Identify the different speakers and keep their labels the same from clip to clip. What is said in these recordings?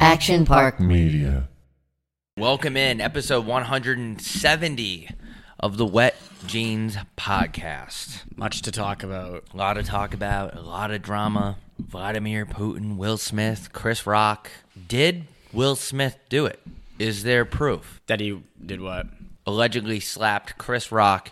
Speaker 1: Action Park.
Speaker 2: Media.
Speaker 3: Welcome in episode 170 of the Wet Jeans Podcast.
Speaker 4: Much to talk about.
Speaker 3: A lot of talk about, a lot of drama. Vladimir Putin, Will Smith, Chris Rock. Did Will Smith do it? Is there proof?
Speaker 4: That he did what?
Speaker 3: Allegedly slapped Chris Rock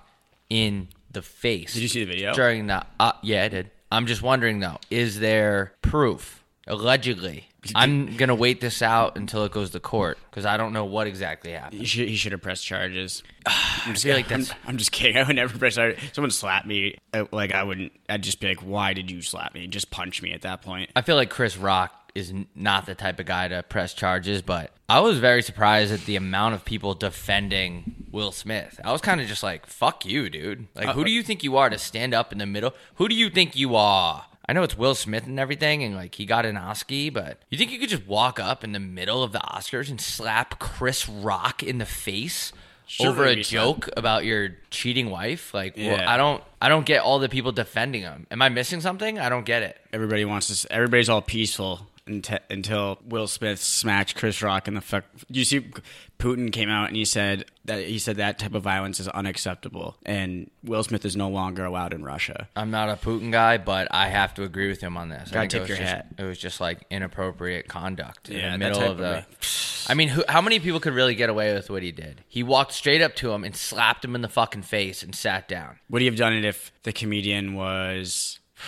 Speaker 3: in the face.
Speaker 4: Did you see the video?
Speaker 3: During the. Uh, yeah, I did. I'm just wondering though, is there proof? Allegedly. I'm going to wait this out until it goes to court because I don't know what exactly happened.
Speaker 4: He should, he should have pressed charges. I'm just
Speaker 3: feel like that's-
Speaker 4: I'm, I'm just kidding. I would never press charges. Someone slapped me. I- Like I wouldn't. I'd just be like, "Why did you slap me? Just punch me at that point."
Speaker 3: I feel like Chris Rock is n- not the type of guy to press charges, but I was very surprised at the amount of people defending Will Smith. I was kind of just like, fuck you, dude. Like,
Speaker 4: Uh,
Speaker 3: who do you think you are to stand up in the middle? Who do you think you are? I know it's Will Smith and everything, and like he got an Oscar, but you think you could just walk up in the middle of the Oscars and slap Chris Rock in the face
Speaker 4: Sure,
Speaker 3: over a
Speaker 4: it'd be fun.
Speaker 3: joke about your cheating wife? Like, wha-
Speaker 4: Yeah.
Speaker 3: I don't, I don't get all the people defending him. Am I missing something? I don't get it.
Speaker 4: Everybody wants to. s- Everybody's all peaceful until, until Will Smith smacked Chris Rock in the fuck. You see, Putin came out and he said that he said that type of violence is unacceptable, and Will Smith is no longer allowed in Russia.
Speaker 3: I'm not a Putin guy, but I have to agree with him on this. I
Speaker 4: Gotta
Speaker 3: think it
Speaker 4: tip
Speaker 3: was
Speaker 4: your
Speaker 3: just,
Speaker 4: hat.
Speaker 3: It was just like inappropriate conduct in
Speaker 4: Yeah,
Speaker 3: the
Speaker 4: that
Speaker 3: middle
Speaker 4: type
Speaker 3: of
Speaker 4: of
Speaker 3: the. I mean, who, how many people could really get away with what he did? He walked straight up to him and slapped him in the fucking face and sat down.
Speaker 4: Would he have done it if the comedian was?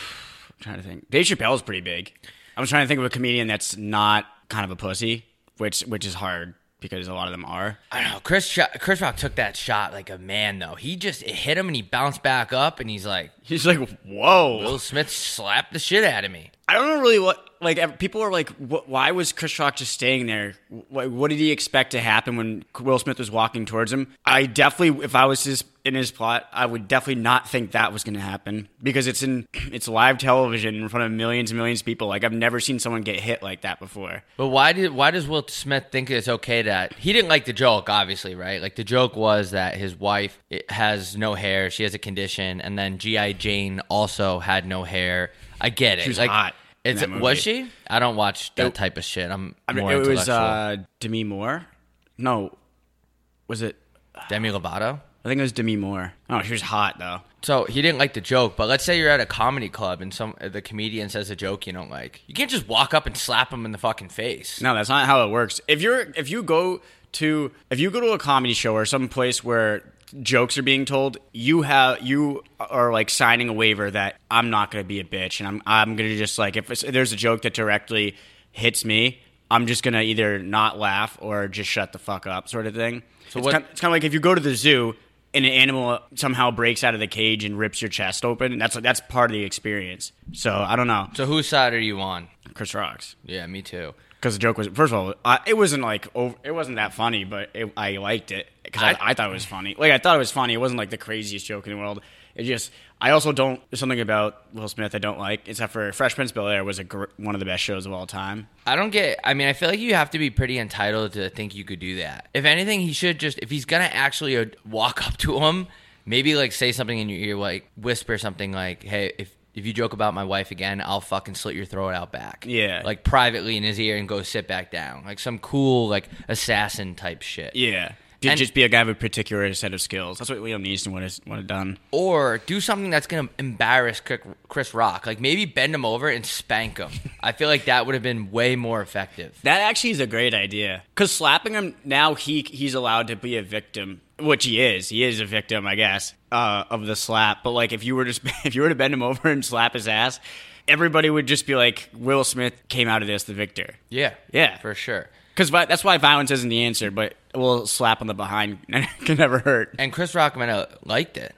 Speaker 4: I'm trying to think. Dave Chappelle's pretty big. I'm trying to think of a comedian that's not kind of a pussy, which which is hard because a lot of them are.
Speaker 3: I don't know. Chris Sh- Chris Rock took that shot like a man, though. He just it hit him and he bounced back up and he's like,
Speaker 4: He's like, whoa.
Speaker 3: Will Smith slapped the shit out of me.
Speaker 4: I don't know really what like ev- people are like. Wh- why was Chris Rock just staying there? What, what did he expect to happen when Will Smith was walking towards him? I definitely, if I was his, in his plot, I would definitely not think that was going to happen because it's in it's live television in front of millions and millions of people. Like I've never seen someone get hit like that before.
Speaker 3: But why did why does Will Smith think it's okay that he didn't like the joke? Obviously, right? Like the joke was that his wife it, has no hair, she has a condition, and then GI Jane also had no hair. I get it.
Speaker 4: was
Speaker 3: like,
Speaker 4: hot in
Speaker 3: It's
Speaker 4: that movie.
Speaker 3: was she? I don't watch that
Speaker 4: It-
Speaker 3: type of shit. I'm
Speaker 4: I mean,
Speaker 3: more
Speaker 4: it was
Speaker 3: intellectual.
Speaker 4: uh, Demi Moore. No, was it?
Speaker 3: Demi Lovato.
Speaker 4: I think it was Demi Moore. Oh, she was hot though.
Speaker 3: So he didn't like the joke, but let's say you're at a comedy club and some the comedian says a joke you don't like. You can't just walk up and slap him in the fucking face.
Speaker 4: No, that's not how it works. If you're if you go to if you go to a comedy show or some place where jokes are being told, you have you are like signing a waiver that I'm not going to be a bitch and I'm I'm going to just like if, it's, if there's a joke that directly hits me, I'm just going to either not laugh or just shut the fuck up sort of thing. So it's
Speaker 3: what-
Speaker 4: kind, it's kind of like if you go to the zoo and an animal somehow breaks out of the cage and rips your chest open, that's that's part of the experience. So I don't know.
Speaker 3: So whose side are you on?
Speaker 4: Chris Rocks
Speaker 3: Yeah, me too.
Speaker 4: because the joke was first of all I, it wasn't like over, it wasn't that funny but it, i liked it because I,
Speaker 3: I-
Speaker 4: I thought it was funny like i thought it was funny it wasn't like the craziest joke in the world it just i also don't there's something about will smith i don't like except for fresh prince of bel-air was a gr- one of the best shows of all time
Speaker 3: I don't get. I mean, I feel like you have to be pretty entitled to think you could do that. If anything, he should just. If he's gonna actually uh, walk up to him, maybe like say something in your ear, like whisper something like, "Hey, if if you joke about my wife again, I'll fucking slit your throat out back."
Speaker 4: Yeah.
Speaker 3: like privately in his ear and go sit back down, like some cool like assassin type shit.
Speaker 4: yeah Did
Speaker 3: And-
Speaker 4: just be a guy with a particular set of skills that's what liam neeson would have, would have done
Speaker 3: or do something that's going to embarrass Cri- Chris Rock. Like maybe bend him over and spank him. I feel like that would have been way more effective.
Speaker 4: That actually is a great idea. Cause slapping him now, he he's allowed to be a victim, which he is. He is a victim, I guess, uh, of the slap. But like, if you were just if you were to bend him over and slap his ass, everybody would just be like, Will Smith came out of this the victor.
Speaker 3: Yeah,
Speaker 4: Yeah.
Speaker 3: for sure.
Speaker 4: Cause vi- that's why violence isn't the answer, but a little slap on the behind can never hurt.
Speaker 3: and Chris Rock might have liked it.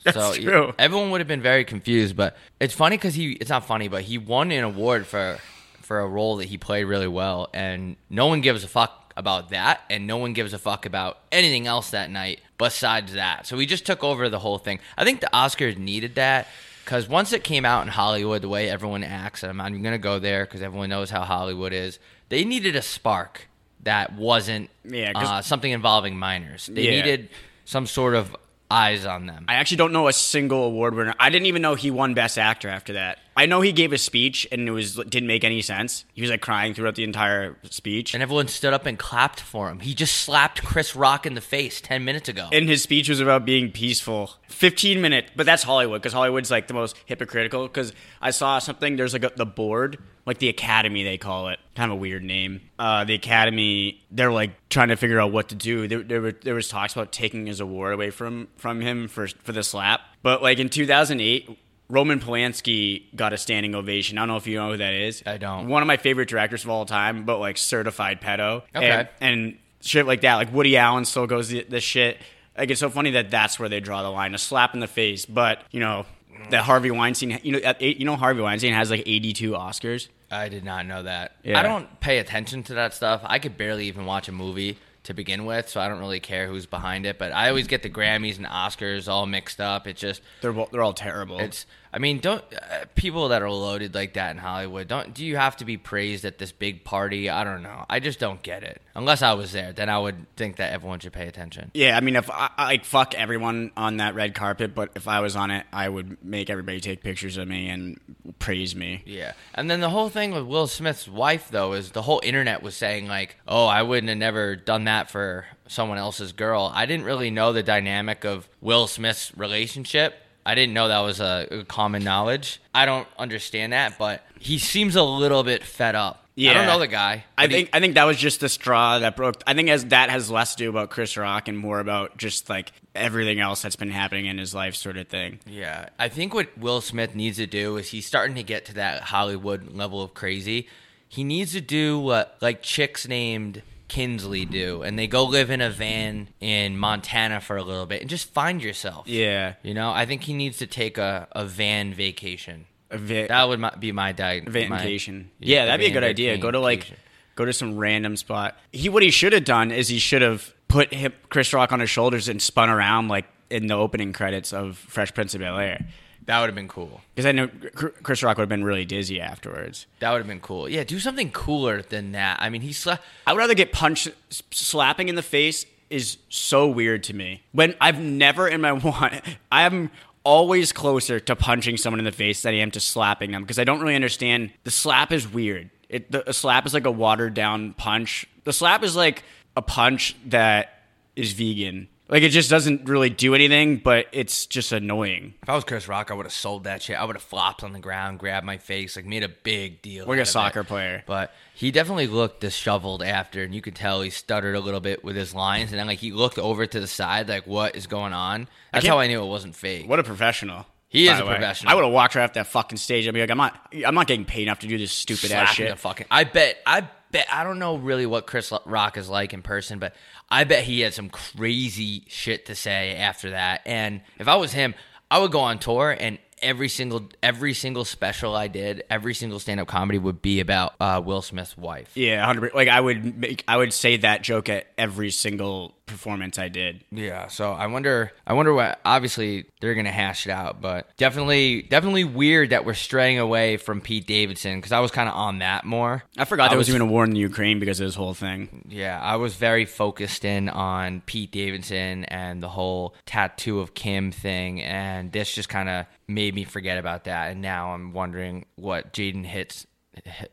Speaker 3: so
Speaker 4: That's true.
Speaker 3: everyone would have been very confused, but it's funny because he—it's not funny, but he won an award for for a role that he played really well, and no one gives a fuck about that, and no one gives a fuck about anything else that night besides that. So he just took over the whole thing. I think the Oscars needed that because once it came out in Hollywood, the way everyone acts, and I'm not even gonna go there because everyone knows how Hollywood is. They needed a spark that wasn't
Speaker 4: Yeah, 'cause-
Speaker 3: uh, something involving minors. They
Speaker 4: Yeah.
Speaker 3: needed some sort of eyes on them.
Speaker 4: I actually don't know a single award winner. I didn't even know he won Best Actor after that. I know he gave a speech and it was didn't make any sense. He was like crying throughout the entire speech.
Speaker 3: And everyone stood up and clapped for him. He just slapped Chris Rock in the face 10 minutes ago.
Speaker 4: and his speech was about being peaceful. 15 minute, but that's Hollywood because Hollywood's like the most hypocritical. Because I saw something, there's like a, the board, like the Academy, they call it. Kind of a weird name. Uh, the Academy, they're like trying to figure out what to do. There, there, were, there was talks about taking his award away from, from him for, for the slap. But like in 2008, Roman Polanski got a standing ovation. I don't know if you know who that is.
Speaker 3: I don't.
Speaker 4: One of my favorite directors of all time, but like certified pedo.
Speaker 3: Okay.
Speaker 4: And- and shit like that. Like Woody Allen still goes th- this shit. Like it's so funny that that's where they draw the line—a slap in the face. But you know that Harvey Weinstein, you know, at eight, you know Harvey Weinstein has like eighty-two Oscars.
Speaker 3: I did not know that.
Speaker 4: Yeah.
Speaker 3: I don't pay attention to that stuff. I could barely even watch a movie to begin with, so I don't really care who's behind it. But I always get the Grammys and Oscars all mixed up. It just
Speaker 4: They're bo- they're all terrible.
Speaker 3: it's. I mean, don't uh, people that are loaded like that in Hollywood don't? Do you have to be praised at this big party? I don't know. I just don't get it. Unless I was there, then I would think that everyone should pay attention.
Speaker 4: yeah, I mean, if I, I like fuck everyone on that red carpet, but if I was on it, I would make everybody take pictures of me and praise me.
Speaker 3: Yeah. And then the whole thing with Will Smith's wife, though, is the whole internet was saying, like, oh, I wouldn't have never done that for someone else's girl. I didn't really know the dynamic of Will Smith's relationship. I didn't know that was a a common knowledge. I don't understand that, but he seems a little bit fed up. I
Speaker 4: Yeah.
Speaker 3: don't know the guy.
Speaker 4: I
Speaker 3: but he-
Speaker 4: think I think that was just the straw that broke. I think as that has less to do about Chris Rock and more about just like everything else that's been happening in his life, sort of thing.
Speaker 3: Yeah, I think what Will Smith needs to do is he's starting to get to that Hollywood level of crazy. He needs to do what like chicks named Kinsley do, and they go live in a van in Montana for a little bit and just find yourself.
Speaker 4: Yeah.
Speaker 3: you know, I think he needs to take a, a van vacation.
Speaker 4: A vi-
Speaker 3: That would mi- be my diet.
Speaker 4: vacation. yeah, that'd be a good idea. Go to like go to some random spot. He what he should have done is he should have put him, Chris Rock on his shoulders and spun around like in the opening credits of Fresh Prince of Bel Air.
Speaker 3: that would have been cool.
Speaker 4: Because I know Chr- Chris Rock would have been really dizzy afterwards.
Speaker 3: That would have been cool. Yeah, do something cooler than that. I mean, he slept.
Speaker 4: I would rather get punched s- slapping in the face is so weird to me. When I've never in my one I'm always closer to punching someone in the face than I am to slapping them because I don't really understand the slap is weird. It the a slap is like a watered down punch. The slap is like a punch that is vegan. Like it just doesn't really do anything, but it's just annoying.
Speaker 3: If I was Chris Rock, I would have sold that shit. I would have flopped on the ground, grabbed my face, like made a big deal.
Speaker 4: Like
Speaker 3: out
Speaker 4: a
Speaker 3: of
Speaker 4: soccer
Speaker 3: it.
Speaker 4: player.
Speaker 3: But he definitely looked disheveled after, and you could tell he stuttered a little bit with his lines, and then like he looked over to the side, like what is going on? That's
Speaker 4: can't-
Speaker 3: how I knew it wasn't fake.
Speaker 4: What a professional.
Speaker 3: He
Speaker 4: by
Speaker 3: is
Speaker 4: the
Speaker 3: a
Speaker 4: way.
Speaker 3: professional.
Speaker 4: I would have walked right off that fucking stage. I'd be like, I'm not, I'm not getting paid enough to do this stupid ass
Speaker 3: Slapping
Speaker 4: shit.
Speaker 3: the fucking. I bet. I bet. I don't know really what Chris Lo- Rock is like in person, but I bet he had some crazy shit to say after that. And if I was him, I would go on tour and. Every single every single special I did, every single stand up comedy would be about uh, Will Smith's wife.
Speaker 4: Yeah, hundred. Like I would make, I would say that joke at every single performance I did.
Speaker 3: Yeah, so I wonder I wonder what obviously they're going to hash it out, but definitely definitely weird that we're straying away from Pete Davidson cuz I was kind of on that more.
Speaker 4: I forgot
Speaker 3: I
Speaker 4: there was,
Speaker 3: was-
Speaker 4: even a war in the Ukraine because of this whole thing.
Speaker 3: Yeah, I was very focused in on Pete Davidson and the whole tattoo of Kim thing and this just kind of made me forget about that and now I'm wondering what Jaden hits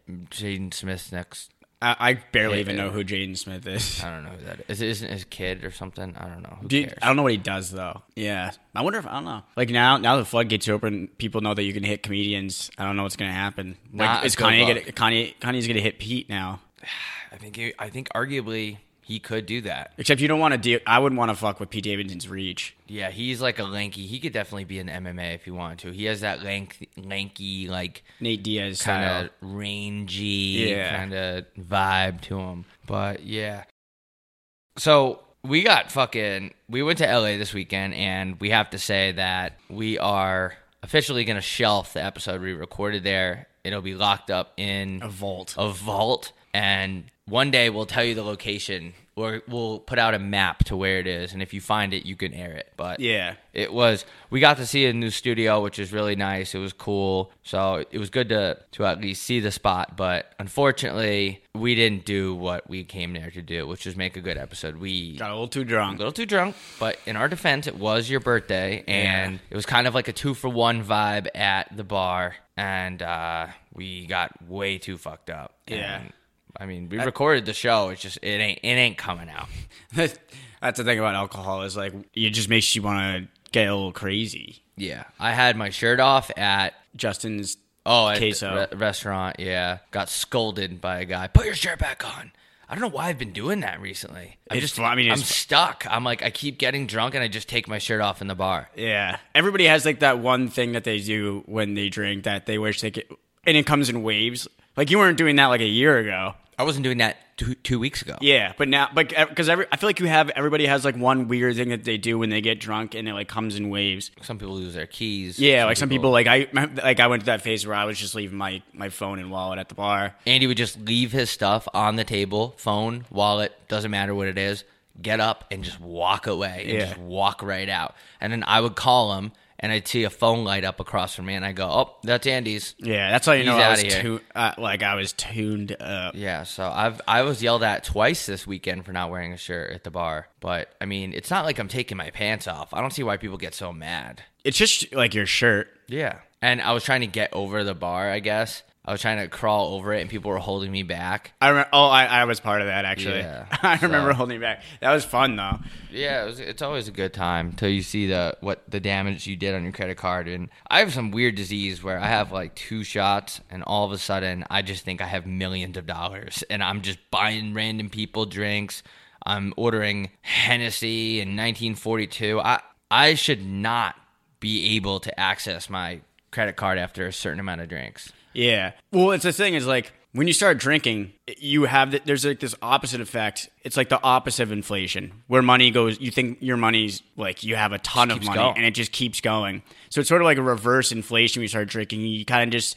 Speaker 3: Jaden Smith's next
Speaker 4: I, I barely
Speaker 3: Yeah,
Speaker 4: even
Speaker 3: yeah.
Speaker 4: know who Jaden Smith is.
Speaker 3: I don't know who that is. Is it isn't his kid or something? I don't know. Who
Speaker 4: Dude,
Speaker 3: cares?
Speaker 4: I don't know what he does though. Yeah, I wonder if I don't know. Like now, now the floodgates open. People know that you can hit comedians. I don't know what's gonna happen. Like,
Speaker 3: Not
Speaker 4: is
Speaker 3: a good
Speaker 4: Kanye
Speaker 3: look.
Speaker 4: gonna, Kanye Kanye's gonna hit Pete now?
Speaker 3: I think he, I think arguably he could do that.
Speaker 4: Except you don't want to deal. I wouldn't want to fuck with Pete Davidson's reach.
Speaker 3: Yeah, he's like a lanky. He could definitely be an MMA if he wanted to. He has that lanky, lanky, like
Speaker 4: Nate Diaz
Speaker 3: kind
Speaker 4: style.
Speaker 3: of rangy
Speaker 4: Yeah.
Speaker 3: kind of vibe to him. But yeah, so we got fucking. We went to LA this weekend, and we have to say that we are officially gonna shelf the episode we recorded there. It'll be locked up in
Speaker 4: A vault.
Speaker 3: a vault. and one day we'll tell you the location or we'll put out a map to where it is and if you find it you can air it but
Speaker 4: Yeah.
Speaker 3: it was we got to see a new studio which is really nice it was cool so it was good to to at least see the spot but unfortunately we didn't do what we came there to do which is make a good episode we
Speaker 4: Got a little too drunk.
Speaker 3: a little too drunk, but in our defense, it was your birthday, and it was kind of like a two for one vibe at the bar, and uh, we got way too fucked up.
Speaker 4: Yeah.
Speaker 3: And, I mean, we recorded the show. It's just it ain't it ain't coming out.
Speaker 4: That's the thing about alcohol is like it just makes you want to get a little crazy.
Speaker 3: Yeah, I had my shirt off at
Speaker 4: Justin's
Speaker 3: oh at the
Speaker 4: queso.
Speaker 3: re- restaurant. Yeah, got scolded by a guy. Put your shirt back on. I don't know why I've been doing that recently. I'm
Speaker 4: It's
Speaker 3: just,
Speaker 4: fu- I mean,
Speaker 3: I'm
Speaker 4: it's-
Speaker 3: stuck. I'm like, I keep getting drunk and I just take my shirt off in the bar.
Speaker 4: yeah, everybody has like that one thing that they do when they drink that they wish they could, and it comes in waves. Like you weren't doing that like a year ago.
Speaker 3: I wasn't doing that two, two weeks ago.
Speaker 4: Yeah, but now, but because every, I feel like you have everybody has like one weird thing that they do when they get drunk and it like comes in waves.
Speaker 3: some people lose their keys.
Speaker 4: Yeah, like some people like I like I went to that phase where I was just leaving my my phone and wallet at the bar.
Speaker 3: Andy would just leave his stuff on the table, phone, wallet, doesn't matter what it is. Get up and just walk away. And
Speaker 4: Yeah.
Speaker 3: Just walk right out. And then I would call him, and I'd see a phone light up across from me, and I go, "Oh, that's Andy's."
Speaker 4: Yeah, that's how you
Speaker 3: He's
Speaker 4: know I was
Speaker 3: outta here.
Speaker 4: tu- uh, like I was tuned up.
Speaker 3: Yeah. So I've I was yelled at twice this weekend for not wearing a shirt at the bar. But I mean, it's not like I'm taking my pants off. I don't see why people get so mad.
Speaker 4: It's just like your shirt.
Speaker 3: Yeah. And I was trying to get over the bar. I guess I was trying to crawl over it, and people were holding me back.
Speaker 4: I remember, oh, I, I was part of that actually.
Speaker 3: Yeah,
Speaker 4: I remember
Speaker 3: so-
Speaker 4: holding back. That was fun though.
Speaker 3: Yeah, it was, it's always a good time till you see the what the damage you did on your credit card. And I have some weird disease where I have like two shots, and all of a sudden I just think I have millions of dollars, and I'm just buying random people drinks. I'm ordering Hennessy in 1942. I I should not be able to access my credit card after a certain amount of drinks.
Speaker 4: Yeah. Well, it's the thing is like when you start drinking, you have the, there's like this opposite effect. It's like the opposite of inflation, where money goes. You think your money's like you have a ton of
Speaker 3: keeps
Speaker 4: money,
Speaker 3: going.
Speaker 4: and it just keeps going. So it's sort of like a reverse inflation. When you start drinking, you kind of just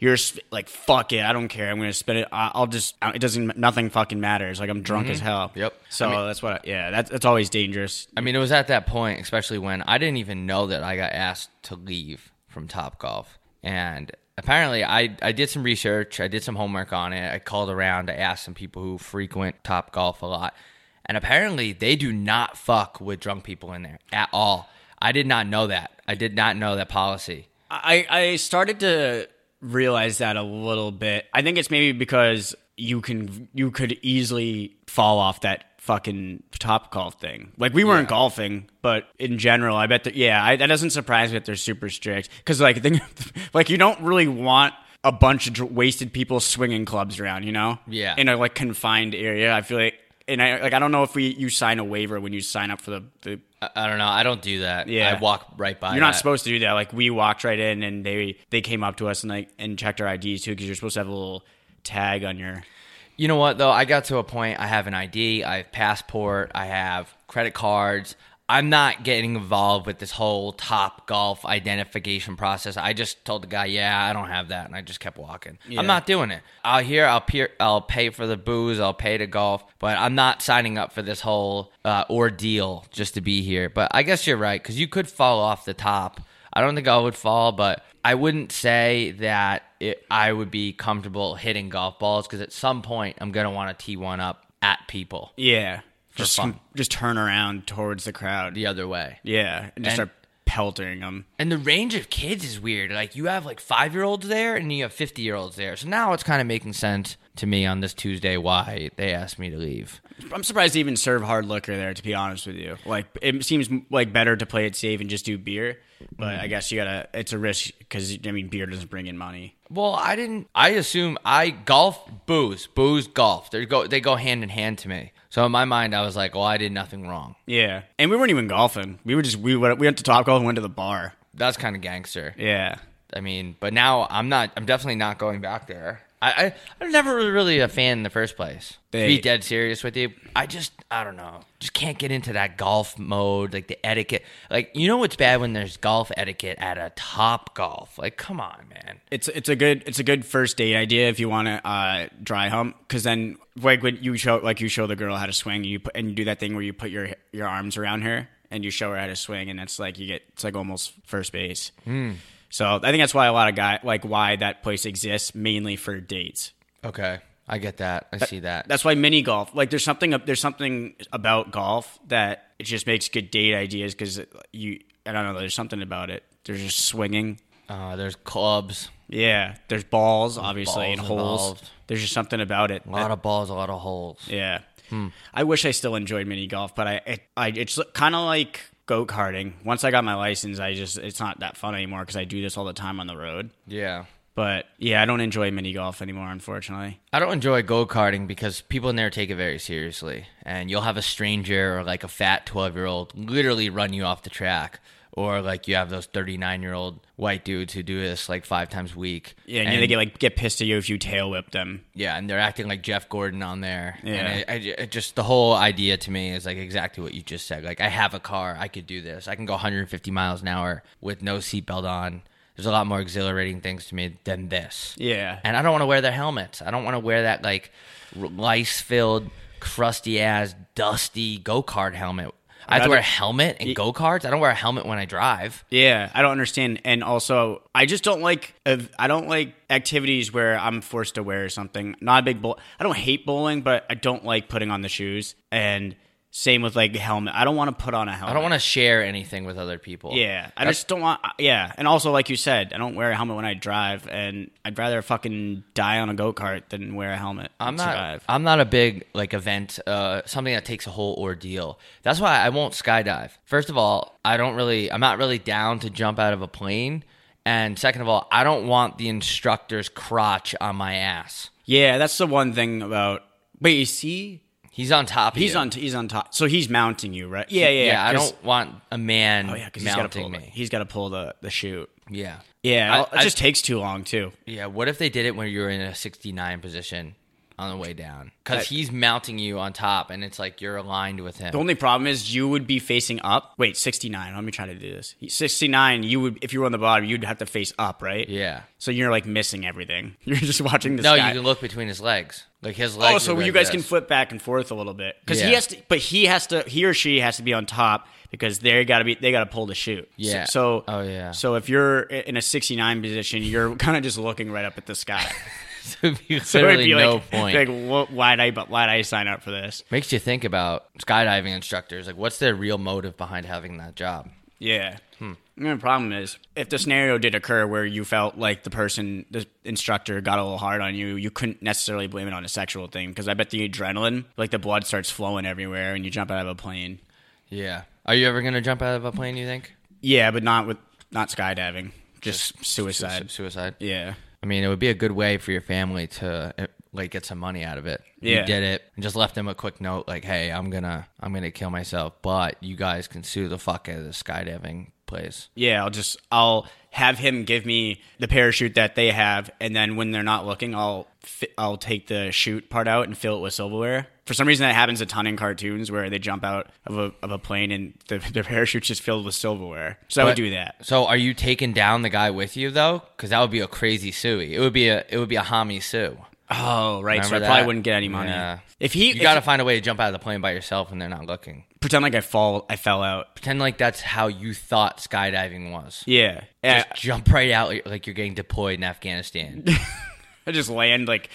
Speaker 4: you're sp- like fuck it, I don't care. I'm gonna spend it. I- I'll just I- it doesn't nothing fucking matters. Like I'm drunk as hell.
Speaker 3: Mm-hmm. Yep.
Speaker 4: So
Speaker 3: I mean-
Speaker 4: that's what. I, yeah. That's that's always dangerous.
Speaker 3: I mean, it was at that point, especially when I didn't even know that I got asked to leave from Top Golf. And apparently, I, I did some research, I did some homework on it. I called around, I asked some people who frequent Top Golf a lot. And apparently, they do not fuck with drunk people in there at all. I did not know that. I did not know that policy.
Speaker 4: I I started to realize that a little bit. I think it's maybe because you can you could easily fall off that fucking top golf thing. Like we weren't golfing, but in general, I bet that yeah, I, that doesn't surprise me that they're super strict because like think, like you don't really want a bunch of dr- wasted people swinging clubs around, you know?
Speaker 3: Yeah.
Speaker 4: In a like confined area, I feel like. And I like I don't know if we you sign a waiver when you sign up for the, the
Speaker 3: I, I don't know. I don't do that.
Speaker 4: Yeah.
Speaker 3: I walk right by.
Speaker 4: you're not
Speaker 3: that.
Speaker 4: supposed to do that. Like we walked right in, and they they came up to us and like and checked our IDs too, because you're supposed to have a little tag on your.
Speaker 3: You know what though? I got to a point. I have an ID. I have passport. I have credit cards. I'm not getting involved with this whole top golf identification process. I just told the guy, "Yeah, I don't have that," and I just kept walking. I'm not doing it. I'll hear. I'll peer, I'll pay for the booze. I'll pay to golf, but I'm not signing up for this whole uh, ordeal just to be here. But I guess you're right because you could fall off the top. I don't think I would fall, but I wouldn't say that it, I would be comfortable hitting golf balls because at some point I'm gonna want to tee one up at people
Speaker 4: Yeah, just
Speaker 3: fun.
Speaker 4: just turn around towards the crowd.
Speaker 3: the other way.
Speaker 4: Yeah, and just
Speaker 3: And-
Speaker 4: start peltering them.
Speaker 3: And the range of kids is weird. Like you have like five year olds there and you have fifty year olds there. So now it's kind of making sense to me on this Tuesday why they asked me to leave.
Speaker 4: I'm surprised they even serve hard liquor there. To be honest with you, like it seems like better to play it safe and just do beer. But I guess you gotta. It's a risk because I mean, beer doesn't bring in money.
Speaker 3: Well, I didn't. I assume I golf, booze, booze, golf. They go they go hand in hand to me. So in my mind, I was like, well, I did nothing wrong.
Speaker 4: Yeah, and we weren't even golfing. We were just we went, we went to Top Golf and went to the bar.
Speaker 3: That's kind of gangster.
Speaker 4: Yeah,
Speaker 3: I mean, but now I'm not. I'm definitely not going back there. I, I I'm never really a fan in the first place.
Speaker 4: They-
Speaker 3: to be dead serious with you, I just I don't know. Just can't get into that golf mode, like the etiquette. Like you know what's bad when there's golf etiquette at a top golf. Like come on, man.
Speaker 4: It's it's a good it's a good first date idea if you want to uh, dry hump because then like when you show like you show the girl how to swing and you put, and you do that thing where you put your your arms around her and you show her how to swing and it's like you get it's like almost first base. So I think that's why a lot of guy like why that place exists mainly for dates.
Speaker 3: Okay, I get that. I see that.
Speaker 4: That's why mini golf like there's something there's something about golf that it just makes good date ideas because you I don't know there's something about it. There's just swinging.
Speaker 3: Uh, there's clubs,
Speaker 4: Yeah, there's balls, obviously,
Speaker 3: balls
Speaker 4: and holes.
Speaker 3: involved.
Speaker 4: There's just something about it.
Speaker 3: a lot of balls, a lot of Hmm. holes.
Speaker 4: yeah. I wish I still enjoyed mini golf, but I, it, I it's kind of like go karting. Once I got my license, I just it's not that fun anymore because I do this all the time on the road.
Speaker 3: Yeah.
Speaker 4: But yeah, I don't enjoy mini golf anymore, unfortunately.
Speaker 3: I don't enjoy go karting because people in there take it very seriously, and you'll have a stranger or like a fat twelve year old literally run you off the track, or like you have those thirty nine year old white dudes who do this like five times a week.
Speaker 4: Yeah, and, they get like get pissed at you if you tail whip them.
Speaker 3: yeah, and they're acting like Jeff Gordon on there.
Speaker 4: Yeah.
Speaker 3: and I, I ju- it just the whole idea to me is like exactly what you just said. Like I have a car, I could do this. I can go 150 miles an hour with no seatbelt on. There's a lot more exhilarating things to me than this.
Speaker 4: Yeah,
Speaker 3: And I don't want to wear their helmets. I don't want to wear that like lice filled, crusty ass, dusty go kart helmet. I have to
Speaker 4: Rather-
Speaker 3: wear a helmet and go karts. I don't wear a helmet when I drive.
Speaker 4: yeah, I don't understand. And also, I just don't like ev- I don't like activities where I'm forced to wear something. Not a big bowl. I don't hate bowling, but I don't like putting on the shoes. And same with like the helmet. I don't want to put on a helmet.
Speaker 3: I don't want to share anything with other people.
Speaker 4: Yeah, I
Speaker 3: That's-
Speaker 4: just don't want. uh, Yeah, and also like you said, I don't wear a helmet when I drive, and I'd rather fucking die on a go kart than wear a helmet.
Speaker 3: I'm
Speaker 4: and
Speaker 3: not.
Speaker 4: Survive.
Speaker 3: I'm not a big like event. Uh, something that takes a whole ordeal. That's why I won't skydive. First of all, I don't really. I'm not really down to jump out of a plane. And second of all, I don't want the instructor's crotch on my ass.
Speaker 4: Yeah, that's the one thing about. Wait, you see,
Speaker 3: He's on top. Of
Speaker 4: he's
Speaker 3: you.
Speaker 4: on. He's on top, so he's mounting you, right? Yeah, yeah.
Speaker 3: Yeah, I
Speaker 4: 'cause-
Speaker 3: don't want a man
Speaker 4: Oh yeah, because he's got to pull.
Speaker 3: mounting
Speaker 4: Me.
Speaker 3: me.
Speaker 4: He's got to pull the the shoot.
Speaker 3: Yeah.
Speaker 4: Yeah,
Speaker 3: I-
Speaker 4: I'll- it
Speaker 3: I-
Speaker 4: just takes too long too.
Speaker 3: Yeah. What if they did it when you were in a 69 position on the way down? Because he's mounting you on top, and it's like you're aligned with him.
Speaker 4: The only problem is you would be facing up. Wait, sixty nine. Let me try to do this. Sixty nine. You would if you were on the bottom, you'd have to face up, right?
Speaker 3: yeah.
Speaker 4: So you're like missing everything. You're just watching this.
Speaker 3: No,
Speaker 4: guy.
Speaker 3: you can look between his legs. Like his legs.
Speaker 4: Oh,
Speaker 3: are
Speaker 4: so
Speaker 3: like
Speaker 4: you guys
Speaker 3: this.
Speaker 4: can flip back and forth a little bit because
Speaker 3: Yeah.
Speaker 4: he has to, but he has to, he or she has to be on top because they got to be, they got to pull the shoot. So-
Speaker 3: Yeah.
Speaker 4: So,
Speaker 3: Oh, yeah.
Speaker 4: So if you're i- in a 69 position, you're kind of just looking right up at the sky.
Speaker 3: So it'd be
Speaker 4: So it'd
Speaker 3: literally
Speaker 4: be
Speaker 3: no
Speaker 4: like,
Speaker 3: point.
Speaker 4: Like, wh- why'd I, but why'd I sign up for this?
Speaker 3: Makes you think about skydiving instructors. Like, what's their real motive behind having that job?
Speaker 4: Yeah.
Speaker 3: Hmm.
Speaker 4: The only problem is if the scenario did occur where you felt like the person, the instructor got a little hard on you, you couldn't necessarily blame it on a sexual thing because I bet the adrenaline, like the blood starts flowing everywhere and you jump out of a plane.
Speaker 3: Yeah. Are you ever gonna jump out of a plane? You think?
Speaker 4: Yeah, but not with not skydiving, just, suicide.
Speaker 3: Suicide.
Speaker 4: Yeah,
Speaker 3: I mean, it would be a good way for your family to uh, like get some money out of it.
Speaker 4: Yeah.
Speaker 3: You did it, and just left them a quick note like, "Hey, I'm gonna, I'm gonna kill myself, but you guys can sue the fuck out of the skydiving place."
Speaker 4: yeah. I'll just I'll have him give me the parachute that they have, and then when they're not looking, I'll fi- I'll take the shoot part out and fill it with silverware. For some reason, that happens a ton in cartoons where they jump out of a of a plane and the, their parachute's just filled with silverware. So I would
Speaker 3: But-
Speaker 4: do that.
Speaker 3: So, are you taking down the guy with you though? Because that would be a crazy suey. It would be a, it would be a homie sue.
Speaker 4: Oh, right. so I
Speaker 3: Remember
Speaker 4: probably
Speaker 3: that?
Speaker 4: wouldn't get any money.
Speaker 3: Yeah.
Speaker 4: If he
Speaker 3: You
Speaker 4: if-
Speaker 3: got to find a way to jump out of the plane by yourself when they're not looking.
Speaker 4: pretend like I fall, I fell out.
Speaker 3: Pretend like that's how you thought skydiving was.
Speaker 4: Yeah. Yeah.
Speaker 3: Just jump right out like- like you're getting deployed in Afghanistan.
Speaker 4: I just land like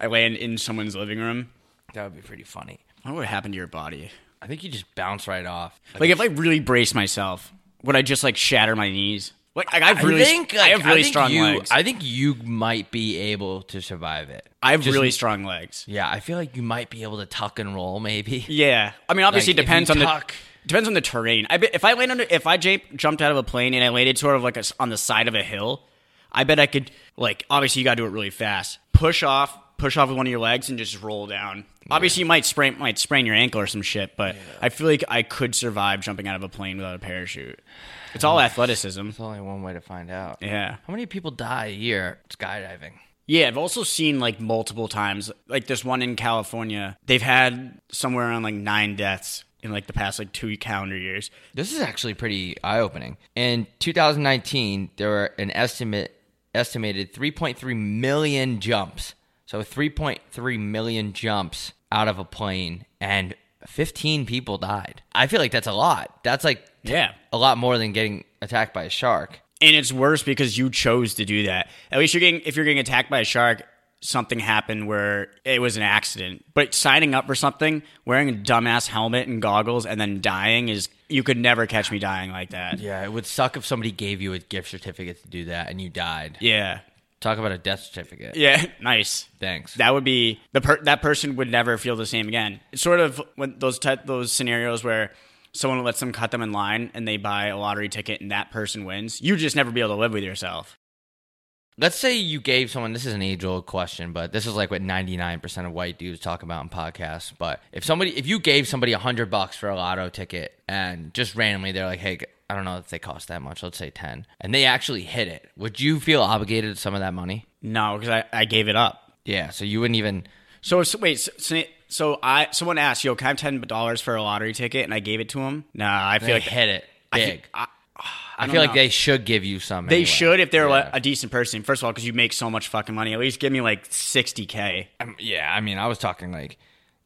Speaker 4: I land in someone's living room.
Speaker 3: that would be pretty funny.
Speaker 4: What would happen to your body?
Speaker 3: I think you just bounce right off.
Speaker 4: Like if I really brace myself, would I just like shatter my knees? Like, like I've
Speaker 3: I
Speaker 4: really,
Speaker 3: think
Speaker 4: I
Speaker 3: like,
Speaker 4: have really
Speaker 3: think
Speaker 4: strong
Speaker 3: you,
Speaker 4: legs. I,
Speaker 3: I think you might be able to survive it.
Speaker 4: have
Speaker 3: Just-
Speaker 4: really strong legs.
Speaker 3: yeah. I feel like you might be able to tuck and roll, maybe.
Speaker 4: Yeah, I mean, obviously
Speaker 3: Like, if
Speaker 4: it depends
Speaker 3: you
Speaker 4: on the
Speaker 3: tuck-
Speaker 4: depends on the terrain. I bet if I land under, if I j- jumped out of a plane and I landed sort of like a s on the side of a hill, I bet I could like obviously you got to do it really fast. Push off, push off with one of your legs and just roll down. Obviously, you might sprain might sprain your ankle or some shit, but I feel like I could survive jumping out of a plane without a parachute. It's all athleticism.
Speaker 3: There's only one way to find out.
Speaker 4: Yeah.
Speaker 3: How many people die a year skydiving?
Speaker 4: Yeah, I've also seen like multiple times, like this one in California. They've had somewhere around like nine deaths in like the past like two calendar years.
Speaker 3: This is actually pretty eye opening. In 2019, there were an estimate estimated 3.3 million jumps. So 3.3 million jumps out of a plane, and 15 people died. I feel like that's a lot. That's like
Speaker 4: Yeah.
Speaker 3: a lot more than getting attacked by a shark.
Speaker 4: And it's worse because you chose to do that. At least you're getting if you're getting attacked by a shark, something happened where it was an accident. But signing up for something, wearing a dumbass helmet and goggles and then dying is you could never catch me dying like that.
Speaker 3: Yeah, it would suck if somebody gave you a gift certificate to do that and you died.
Speaker 4: Yeah.
Speaker 3: Talk about a death certificate.
Speaker 4: Yeah. Nice.
Speaker 3: Thanks.
Speaker 4: That would be the per- that person would never feel the same again. It's sort of when those type those scenarios where someone lets them cut them in line and they buy a lottery ticket and that person wins. You just never be able to live with yourself.
Speaker 3: Let's say you gave someone this is an age old question, but this is like what ninety nine percent of white dudes talk about in podcasts. But if somebody if you gave somebody a hundred bucks for a lotto ticket and just randomly they're like, Hey, I don't know if they cost that much, let's say ten and they actually hit it, would you feel obligated to some of that money?
Speaker 4: No, because I, I gave it up.
Speaker 3: Yeah. So you wouldn't even
Speaker 4: So if, wait, so, so- so I someone asked, "Yo, can I have ten dollars for a lottery ticket?" And I gave it to him. Nah, I feel
Speaker 3: they
Speaker 4: like
Speaker 3: hit it
Speaker 4: I
Speaker 3: big.
Speaker 4: feel- I,
Speaker 3: I,
Speaker 4: don't
Speaker 3: feel like
Speaker 4: know.
Speaker 3: they should give you some.
Speaker 4: they
Speaker 3: anyway.
Speaker 4: should if they're
Speaker 3: yeah.
Speaker 4: a decent person. First of all, because you make so much fucking money, at least give me like sixty k.
Speaker 3: Um, yeah, I mean I was talking like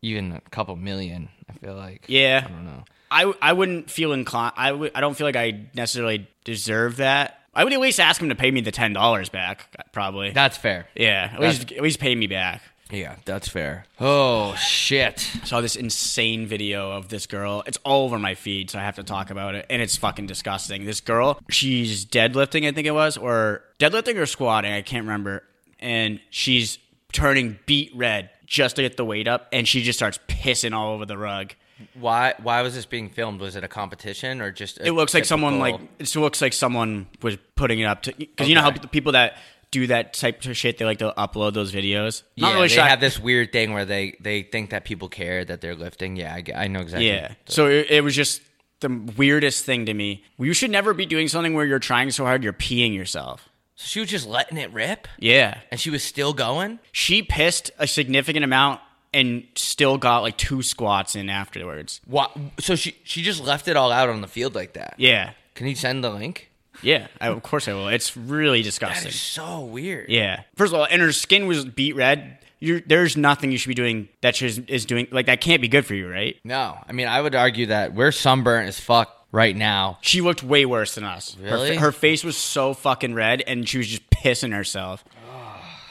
Speaker 3: even a couple million, I feel like.
Speaker 4: Yeah.
Speaker 3: I don't know.
Speaker 4: I, I wouldn't feel inclined. I w- I don't feel like I necessarily deserve that. I would at least ask him to pay me the ten dollars back, probably.
Speaker 3: That's fair.
Speaker 4: yeah, at least at least pay me back.
Speaker 3: Yeah, that's fair. Oh shit.
Speaker 4: Saw this insane video of this girl. It's all over my feed, so I have to talk about it, and it's fucking disgusting. This girl, she's deadlifting, I think it was, or deadlifting or squatting, I can't remember, and she's turning beet red just to get the weight up, and she just starts pissing all over the rug.
Speaker 3: Why? Why was this being filmed? Was it a competition or just?
Speaker 4: it looks like someone like it looks like someone was putting it up to because you know how
Speaker 3: Okay.
Speaker 4: the people that do that type of shit they like to upload those videos.
Speaker 3: Yeah,
Speaker 4: Not really
Speaker 3: they
Speaker 4: sure.
Speaker 3: have this weird thing where they they think that people care that they're lifting. Yeah, I, g- I know exactly.
Speaker 4: yeah. So it, it was just the weirdest thing to me. You should never be doing something where you're trying so hard you're peeing yourself.
Speaker 3: So she was just letting it rip,
Speaker 4: Yeah.
Speaker 3: and she was still going.
Speaker 4: She pissed a significant amount and still got like two squats in afterwards.
Speaker 3: What? So she she just left it all out on the field like that.
Speaker 4: Yeah.
Speaker 3: Can you send the link?
Speaker 4: Yeah. I, of course I will. It's really
Speaker 3: That
Speaker 4: disgusting.
Speaker 3: is so weird.
Speaker 4: Yeah. First of all, and her skin was beat red. You're, there's nothing you should be doing that is, is doing like that can't be good for you, right?
Speaker 3: No, I mean I would argue that we're sunburnt as fuck right now.
Speaker 4: She looked way worse than us. Her fa-
Speaker 3: Really?
Speaker 4: Her, face was so fucking red, and she was just pissing herself.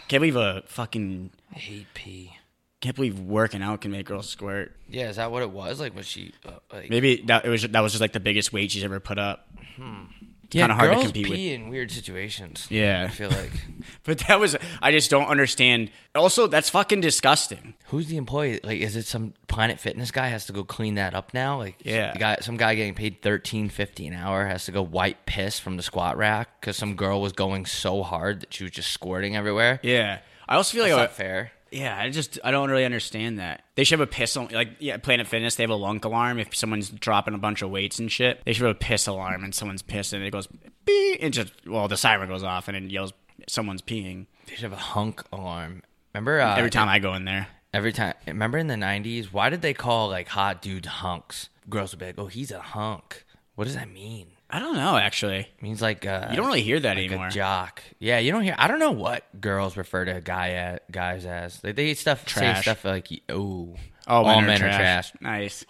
Speaker 4: Can't believe a fucking
Speaker 3: I hate pee.
Speaker 4: can't believe working out can make girls squirt.
Speaker 3: Yeah, is that what it was? Like was she? Uh, like,
Speaker 4: Maybe that it was that was just like the biggest weight she's ever put up.
Speaker 3: yeah,
Speaker 4: kinda hard to
Speaker 3: girls
Speaker 4: compete with.
Speaker 3: pee in weird situations.
Speaker 4: Yeah.
Speaker 3: I feel like.
Speaker 4: But that was I just don't understand. Also, that's fucking disgusting.
Speaker 3: Who's the employee? Like, is it some Planet Fitness guy has to go clean that up now? Like,
Speaker 4: Yeah.
Speaker 3: the guy, some guy getting paid thirteen fifty an hour has to go wipe piss from the squat rack because some girl was going so hard that she was just squirting everywhere.
Speaker 4: Yeah. I also feel
Speaker 3: That's
Speaker 4: like uh,
Speaker 3: not fair.
Speaker 4: Yeah, I just I don't really understand that. They should have a piss al- like yeah, Planet Fitness. They have a lunk alarm if someone's dropping a bunch of weights and shit. They should have a piss alarm and someone's pissing. and It goes beep and just well the siren goes off and it yells someone's peeing
Speaker 3: They should have a hunk alarm. Remember uh,
Speaker 4: every time I go in there.
Speaker 3: Every time. Remember in the nineties, why did they call like hot dudes hunks? Girls would be like, "Oh, he's a hunk." What does that mean?
Speaker 4: I don't know actually.
Speaker 3: It means like uh,
Speaker 4: You don't really hear that anymore.
Speaker 3: a jock. Yeah, you don't hear. I don't know what girls refer to a guy at, guys as. They they eat stuff, say
Speaker 4: Trash.
Speaker 3: stuff like oh,
Speaker 4: Oh,
Speaker 3: all
Speaker 4: men, are,
Speaker 3: trash.
Speaker 4: trash. Nice.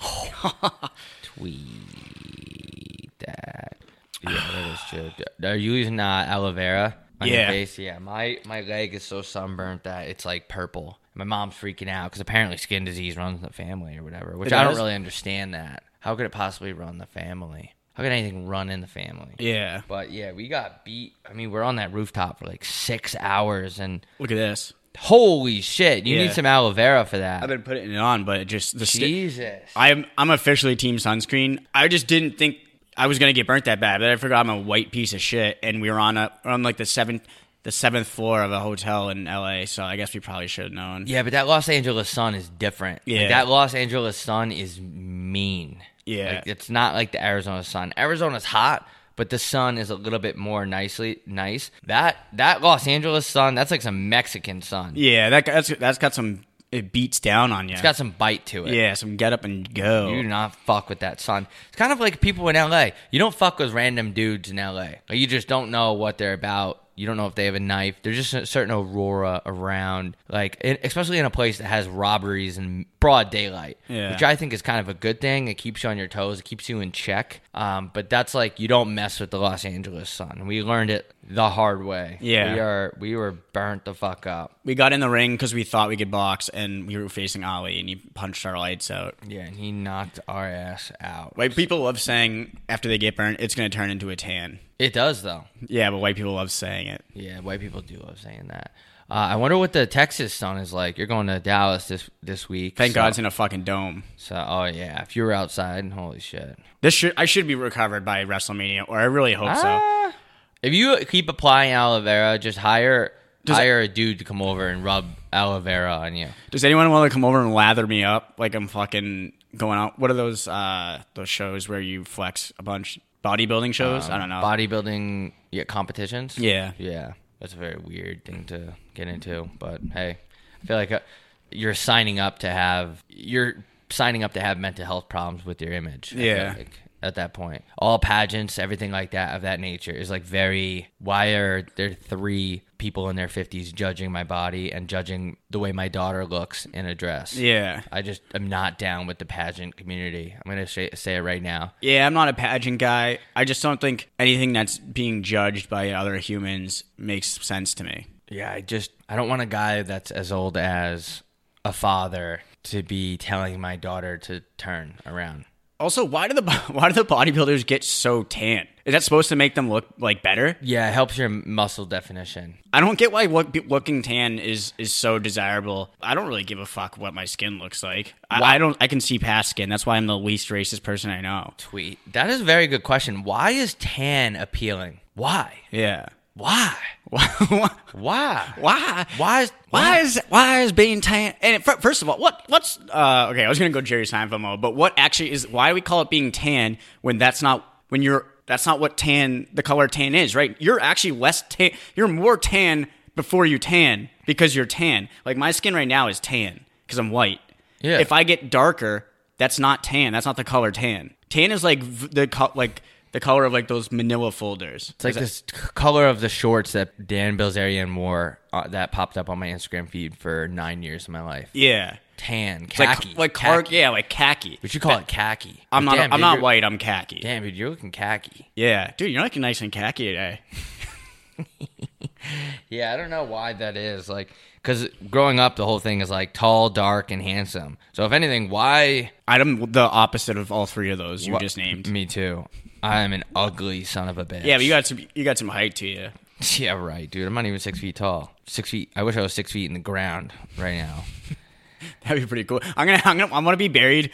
Speaker 3: Tweet that. Yeah, that is true. D- Are you using uh, aloe vera on your
Speaker 4: Yeah.
Speaker 3: face? Yeah, my my leg is so sunburnt that it's like purple. My mom's freaking out because apparently skin disease runs in the family or whatever, which
Speaker 4: It
Speaker 3: I don't
Speaker 4: does?
Speaker 3: really understand. That how could it possibly run the family? How could anything run in the family?
Speaker 4: Yeah.
Speaker 3: But yeah, we got beat. I mean, we're on that rooftop for like six hours, and
Speaker 4: Look at this.
Speaker 3: holy shit, you
Speaker 4: Yeah.
Speaker 3: need some aloe vera for that.
Speaker 4: I've been putting it on, but it just the sti-
Speaker 3: Jesus.
Speaker 4: I'm I'm officially team sunscreen. I just didn't think I was gonna get burnt that bad, but I forgot I'm a white piece of shit, and we were on a we're on like the seventh the seventh floor of a hotel in L.A. So I guess we probably should have known.
Speaker 3: yeah, but that Los Angeles sun is different. Like,
Speaker 4: Yeah.
Speaker 3: that Los Angeles sun is mean.
Speaker 4: Yeah.
Speaker 3: Like, it's not like the Arizona sun. Arizona's hot, but the sun is a little bit more nicely nice. That that Los Angeles sun, that's like some Mexican sun.
Speaker 4: Yeah, that that's that's got some. It beats down on you.
Speaker 3: It's got some bite to it.
Speaker 4: yeah, some get up and go.
Speaker 3: You do not fuck with that sun. It's kind of like people in LA. You don't fuck with random dudes in LA. Like, you just don't know what they're about. You don't know if they have a knife. There's just a certain aurora around, like and especially in a place that has robberies in broad daylight,
Speaker 4: Yeah.
Speaker 3: which I think is kind of a good thing. It keeps you on your toes. It keeps you in check. Um, but that's like you don't mess with the Los Angeles sun. We learned it the hard way.
Speaker 4: Yeah.
Speaker 3: we are we were burnt the fuck up.
Speaker 4: we got in the ring because we thought we could box, and we were facing Ali, and he punched our lights out.
Speaker 3: Yeah, and he knocked our ass out.
Speaker 4: White people love saying after they get burnt, it's going to turn into a tan.
Speaker 3: It does though.
Speaker 4: Yeah, but white people love saying it.
Speaker 3: Yeah, white people do love saying that. Uh, I wonder what the Texas sun is like. You're going to Dallas this this week.
Speaker 4: Thank
Speaker 3: so,
Speaker 4: God it's in a fucking dome.
Speaker 3: So, oh yeah, if you were outside, holy shit.
Speaker 4: This should I should be recovered by WrestleMania, or I really hope so.
Speaker 3: Ah. if you keep applying aloe vera, just hire
Speaker 4: Does-
Speaker 3: hire a dude to come over and rub aloe vera on you.
Speaker 4: Does anyone want to come over and lather me up like I'm fucking going out? What are those uh those shows where you flex a bunch? Bodybuilding shows? I don't know.
Speaker 3: Bodybuilding yeah, competitions.
Speaker 4: yeah.
Speaker 3: yeah, that's a very weird thing to get into. But hey, I feel like uh, you're signing up to have you're signing up to have mental health problems with your image. I feel
Speaker 4: Yeah.
Speaker 3: like, at that point, all pageants, everything like that of that nature is like very. Why are there three people in their fifties judging my body and judging the way my daughter looks in a dress?
Speaker 4: Yeah.
Speaker 3: I just am not down with the pageant community. I'm gonna say, say it right now.
Speaker 4: Yeah, I'm not a pageant guy. I just don't think anything that's being judged by other humans makes sense to me.
Speaker 3: Yeah, I just I don't want a guy that's as old as a father to be telling my daughter to turn around.
Speaker 4: Also, why do the why do the bodybuilders get so tan? Is that supposed to make them look like better?
Speaker 3: Yeah, it helps your muscle definition.
Speaker 4: I don't get why look, looking tan is is so desirable. I don't really give a fuck what my skin looks like. I, I don't. I can see past skin. That's why I'm the least racist person I know.
Speaker 3: Tweet. That is a very good question. Why is tan appealing? Why?
Speaker 4: Yeah.
Speaker 3: Why?
Speaker 4: why?
Speaker 3: Why?
Speaker 4: Why?
Speaker 3: Why is
Speaker 4: Why is why is being tan? And fir- first of all, what what's uh, okay? I was gonna go Jerry Seinfeld mode, but what actually is why we call it being tan when that's not when you're that's not what tan the color tan is, right? You're actually less tan. You're more tan before you tan because you're tan. Like my skin right now is tan because I'm white.
Speaker 3: Yeah.
Speaker 4: If I get darker, that's not tan. That's not the color tan. Tan is like v- the co- like the color of like those Manila folders.
Speaker 3: It's like this c- color of the shorts that Dan Bilzerian wore uh, that popped up on my Instagram feed for nine years of my life.
Speaker 4: Yeah.
Speaker 3: Tan,
Speaker 4: Like
Speaker 3: khaki,
Speaker 4: like car-
Speaker 3: khaki.
Speaker 4: yeah, like khaki.
Speaker 3: But you call it khaki.
Speaker 4: I'm not.
Speaker 3: Damn,
Speaker 4: I'm
Speaker 3: dude,
Speaker 4: not
Speaker 3: you're-
Speaker 4: white. I'm khaki.
Speaker 3: Damn, dude, you're looking khaki.
Speaker 4: Yeah, dude, you're looking nice and khaki today.
Speaker 3: Yeah, I don't know why that is. Like, because growing up, the whole thing is like tall, dark, and handsome. So if anything, why?
Speaker 4: I'm the opposite of all three of those you
Speaker 3: wh-
Speaker 4: just named.
Speaker 3: Me too. I am an ugly son of a bitch.
Speaker 4: Yeah, but you got some. You got some height to you.
Speaker 3: Yeah, right, dude. I'm not even six feet tall. Six feet. I wish I was six feet in the ground right now.
Speaker 4: That'd be pretty cool. I'm gonna. I'm gonna. I'm gonna be buried,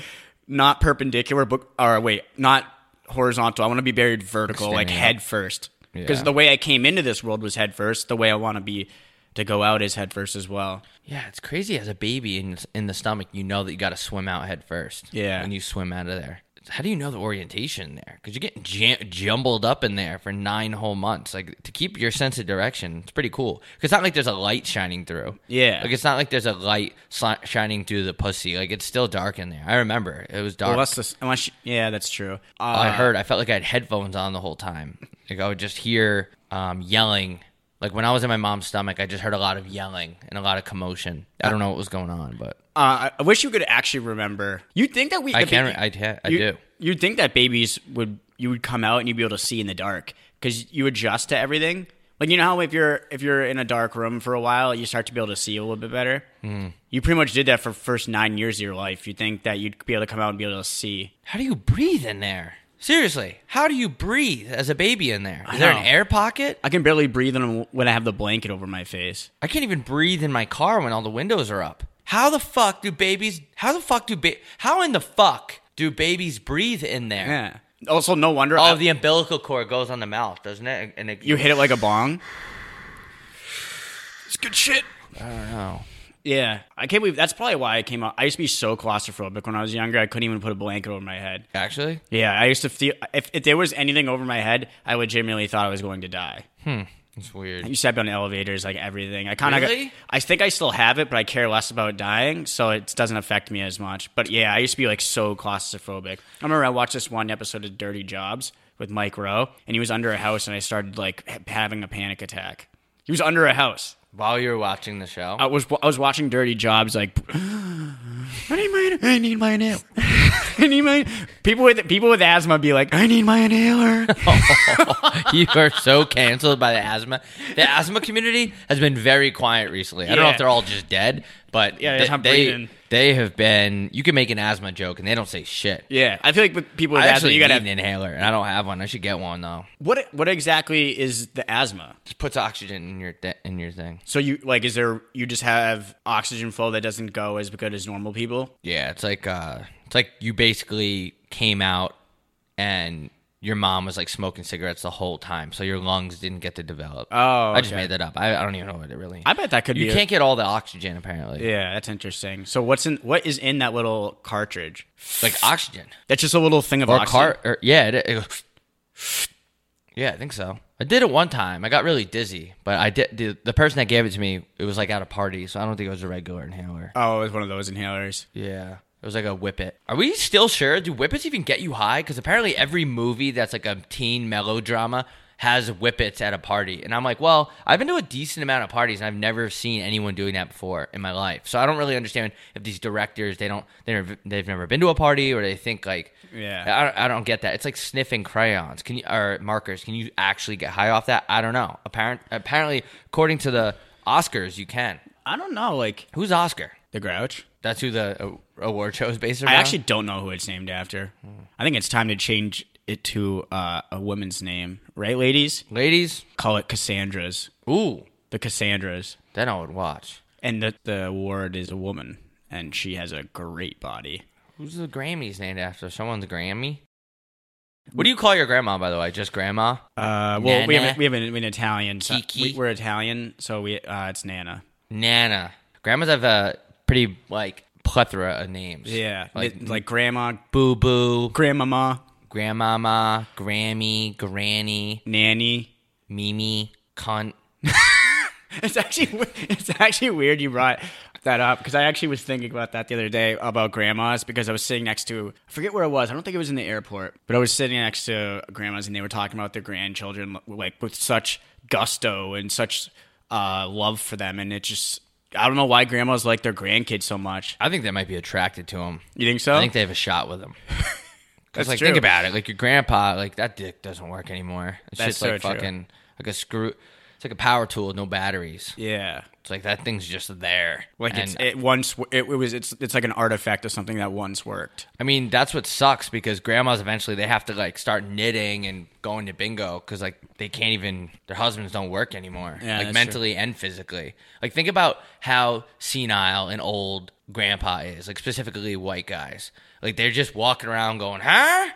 Speaker 4: not perpendicular, but or wait, not horizontal. I want to be buried vertical, like
Speaker 3: Standing up.
Speaker 4: head first. Because
Speaker 3: Yeah.
Speaker 4: the way I came into this world was head first. The way I want to be to go out is head first as well.
Speaker 3: Yeah, it's crazy. As a baby in in the stomach, you know that you got to swim out head first.
Speaker 4: Yeah.
Speaker 3: when you swim out of there. How do you know the orientation there? Because you're getting jam- jumbled up in there for nine whole months. Like to keep your sense of direction, it's pretty cool. 'Cause it's not like there's a light shining through.
Speaker 4: Yeah.
Speaker 3: like it's not like there's a light sli- shining through the pussy. Like it's still dark in there. I remember it was dark.
Speaker 4: Unless, this, unless, you, yeah, that's true. Uh,
Speaker 3: I heard. I felt like I had headphones on the whole time. Like I would just hear um, yelling. Like when I was in my mom's stomach, I just heard a lot of yelling and a lot of commotion. I don't know what was going on, but
Speaker 4: Uh, I- I wish you could actually remember. You'd think that we.
Speaker 3: I
Speaker 4: if
Speaker 3: can.
Speaker 4: you-
Speaker 3: I can. I
Speaker 4: you,
Speaker 3: do.
Speaker 4: You'd think that babies would you would come out and you'd be able to see in the dark because you adjust to everything. Like you know how if you're if you're in a dark room for a while, you start to be able to see a little bit better.
Speaker 3: Hmm.
Speaker 4: Mm. You pretty much did that for first nine years of your life. You think that you'd be able to come out and be able to see.
Speaker 3: How do you breathe in there? Seriously, how do you breathe as a baby in there? Is there an
Speaker 4: know.
Speaker 3: air pocket?
Speaker 4: I can barely breathe in when I have the blanket over my face.
Speaker 3: I can't even breathe in my car when all the windows are up. How the fuck do babies? How the fuck do ba- How in the fuck do babies breathe in there?
Speaker 4: Yeah. Also, no wonder
Speaker 3: Oh,
Speaker 4: I-
Speaker 3: the umbilical cord goes on the mouth, doesn't it? And it,
Speaker 4: you hit it like a bong. It's good shit.
Speaker 3: I don't know.
Speaker 4: Yeah, I can't believe that's probably why I came out. I used to be so claustrophobic when I was younger. I couldn't even put a blanket over my head.
Speaker 3: Actually,
Speaker 4: Yeah, I used to feel if, if there was anything over my head, I legitimately thought I was going to die.
Speaker 3: it's weird.
Speaker 4: You step on elevators, like everything. I kind of,
Speaker 3: Really?
Speaker 4: I think I still have it, but I care less about dying, so it doesn't affect me as much. But yeah, I used to be like so claustrophobic. I remember I watched this one episode of Dirty Jobs with Mike Rowe, and he was under a house, and I started like ha- having a panic attack. He was under a house.
Speaker 3: While you were watching the show,
Speaker 4: I was I was watching Dirty Jobs like I need my I need my inhaler. I need my people with people with asthma be like I need my inhaler.
Speaker 3: you are so canceled by the asthma. The asthma community has been very quiet recently. I don't know
Speaker 4: Yeah.
Speaker 3: if they're all just dead, but
Speaker 4: Yeah, they
Speaker 3: they,
Speaker 4: just not
Speaker 3: they,
Speaker 4: breathing.
Speaker 3: they have been. You can make an asthma joke and they don't say shit.
Speaker 4: yeah, I feel like with people with
Speaker 3: I
Speaker 4: asthma
Speaker 3: actually
Speaker 4: you got to
Speaker 3: need an inhaler, and I don't have one. I should get one though.
Speaker 4: What what exactly is the asthma?
Speaker 3: Just puts oxygen in your th- in your thing.
Speaker 4: So you like is there you just have oxygen flow that doesn't go as good as normal people?
Speaker 3: Yeah, it's like uh, it's like you basically came out and your mom was like smoking cigarettes the whole time, so your lungs didn't get to develop.
Speaker 4: Oh,
Speaker 3: I just
Speaker 4: okay.
Speaker 3: made that up. I, I don't even know what it really.
Speaker 4: I bet that could
Speaker 3: you
Speaker 4: be. a-
Speaker 3: can't get all the oxygen apparently.
Speaker 4: yeah, that's interesting. So what's in what is in that little cartridge?
Speaker 3: Like oxygen
Speaker 4: That's just a little thing of
Speaker 3: or
Speaker 4: oxygen.
Speaker 3: car or yeah, it, it goes- yeah, I think so. I did it one time. I got really dizzy, but I did the, the person that gave it to me. It was like at a party, so I don't think it was a regular inhaler.
Speaker 4: oh, it's one of those inhalers.
Speaker 3: Yeah. It was like a whippet. Are we still sure? Do whippets even get you high? Because apparently every movie that's like a teen melodrama has whippets at a party. And I'm like, well, I've been to a decent amount of parties and I've never seen anyone doing that before in my life. So I don't really understand if these directors, they don't, they're, they've never been to a party or they think like,
Speaker 4: Yeah.
Speaker 3: I don't, I don't get that. It's like sniffing crayons can you, or markers. Can you actually get high off that? I don't know. Apparent, apparently, according to the Oscars, you can.
Speaker 4: I don't know, like
Speaker 3: Who's Oscar?
Speaker 4: the Grouch.
Speaker 3: That's who the uh, award show is based around.
Speaker 4: I actually don't know who it's named after. I think it's time to change it to uh, a woman's name, right, ladies?
Speaker 3: Ladies,
Speaker 4: Call it Cassandra's,
Speaker 3: ooh,
Speaker 4: the Cassandra's,
Speaker 3: then I would watch.
Speaker 4: and the the award is a woman, and she has a great body.
Speaker 3: Who's the Grammys named after? Someone's
Speaker 4: Mm.
Speaker 3: Grammy? What do you call your grandma, by the way? Just grandma?
Speaker 4: Uh, well, we
Speaker 3: Nana.
Speaker 4: have a- we have an, an Italian. So
Speaker 3: Kiki.
Speaker 4: we, we're Italian, so we uh, it's Nana.
Speaker 3: Nana. Grandmas have a pretty, like, plethora of names.
Speaker 4: Yeah,
Speaker 3: Like,
Speaker 4: like, like grandma,
Speaker 3: Boo Boo,
Speaker 4: grandmama,
Speaker 3: Grandmama, Grammy, Granny,
Speaker 4: nanny.
Speaker 3: Mimi, Cunt.
Speaker 4: It's actually it's actually weird you brought that up because I actually was thinking about that the other day about grandmas because I was sitting next to I forget where I was I don't think it was in the airport but I was sitting next to grandmas and they were talking about their grandchildren like with such gusto and such uh, love for them and it just I don't know why grandmas like their grandkids so much
Speaker 3: I think they might be attracted to him.
Speaker 4: you think so
Speaker 3: I think they have a shot with him. Because,
Speaker 4: That's
Speaker 3: like,
Speaker 4: true.
Speaker 3: think about it. Like, your grandpa, like, that dick doesn't work anymore. It's
Speaker 4: That's
Speaker 3: just, like,
Speaker 4: so true.
Speaker 3: fucking, like a screw. It's like a power tool with no batteries.
Speaker 4: yeah
Speaker 3: It's like that thing's just there.
Speaker 4: like
Speaker 3: and,
Speaker 4: it's it once it, it was it's it's like an artifact of something that once worked
Speaker 3: I mean, that's what sucks because grandmas eventually they have to like start knitting and going to bingo because like they can't even their husbands don't work anymore,
Speaker 4: Yeah,
Speaker 3: like
Speaker 4: that's
Speaker 3: mentally and physically. Like think about how senile and old grandpa is, like specifically white guys. Like they're just walking around going, huh,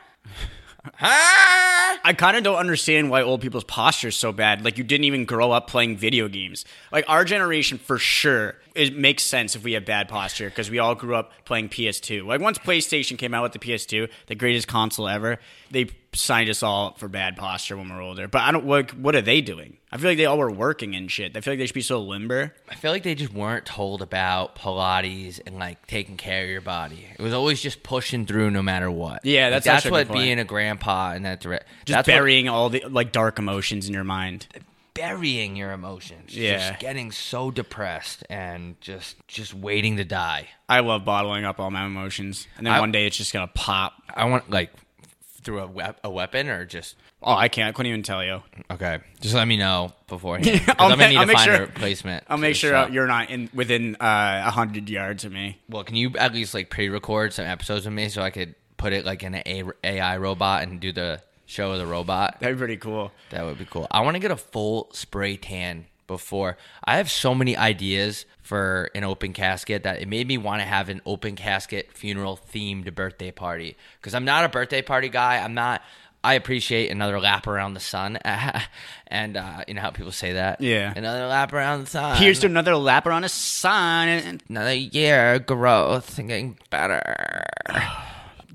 Speaker 3: huh.
Speaker 4: I kind of don't understand why old people's posture is so bad. Like you didn't even grow up playing video games. Like our generation for sure, it makes sense if we have bad posture because we all grew up playing PS2. Like once PlayStation came out with the PS2, the greatest console ever, they signed us all for bad posture when we're older. But I don't like what are they doing? I feel like they all were working and shit. I feel like they should be so limber.
Speaker 3: I feel like they just weren't told about Pilates and like taking care of your body. It was always just pushing through no matter what.
Speaker 4: Yeah,
Speaker 3: Like,
Speaker 4: that's
Speaker 3: that's
Speaker 4: actually a
Speaker 3: what
Speaker 4: good point.
Speaker 3: being a grandpa and that's right.
Speaker 4: Just
Speaker 3: that's what-
Speaker 4: burying all the like dark emotions in your mind.
Speaker 3: burying your emotions.
Speaker 4: Yeah.
Speaker 3: Just getting so depressed and just just waiting to die.
Speaker 4: I love bottling up all my emotions, and then
Speaker 3: I-
Speaker 4: one day it's just gonna pop.
Speaker 3: I want like through a, wep- a weapon or just
Speaker 4: Oh, I can't. I couldn't even tell you.
Speaker 3: okay. Just let me know beforehand. 'Cause
Speaker 4: I'll
Speaker 3: I'm gonna
Speaker 4: ma-
Speaker 3: need
Speaker 4: I'll
Speaker 3: to
Speaker 4: make
Speaker 3: find a
Speaker 4: sure-
Speaker 3: replacement.
Speaker 4: I'll
Speaker 3: to
Speaker 4: make
Speaker 3: the
Speaker 4: sure
Speaker 3: show.
Speaker 4: you're not in within uh, a hundred yards of me.
Speaker 3: Well, can you at least like pre-record some episodes with me so I could put it like in an a- AI robot and do the show with a robot?
Speaker 4: That'd be pretty cool.
Speaker 3: That would be cool. I want to get a full spray tan before. I have so many ideas for an open casket that it made me want to have an open casket funeral themed birthday party because I'm not a birthday party guy. I'm not. I appreciate another lap around the sun, and uh, you know how people say that.
Speaker 4: Yeah.
Speaker 3: another lap around the sun.
Speaker 4: Here's to another lap around a sun and
Speaker 3: another year of growth and getting better.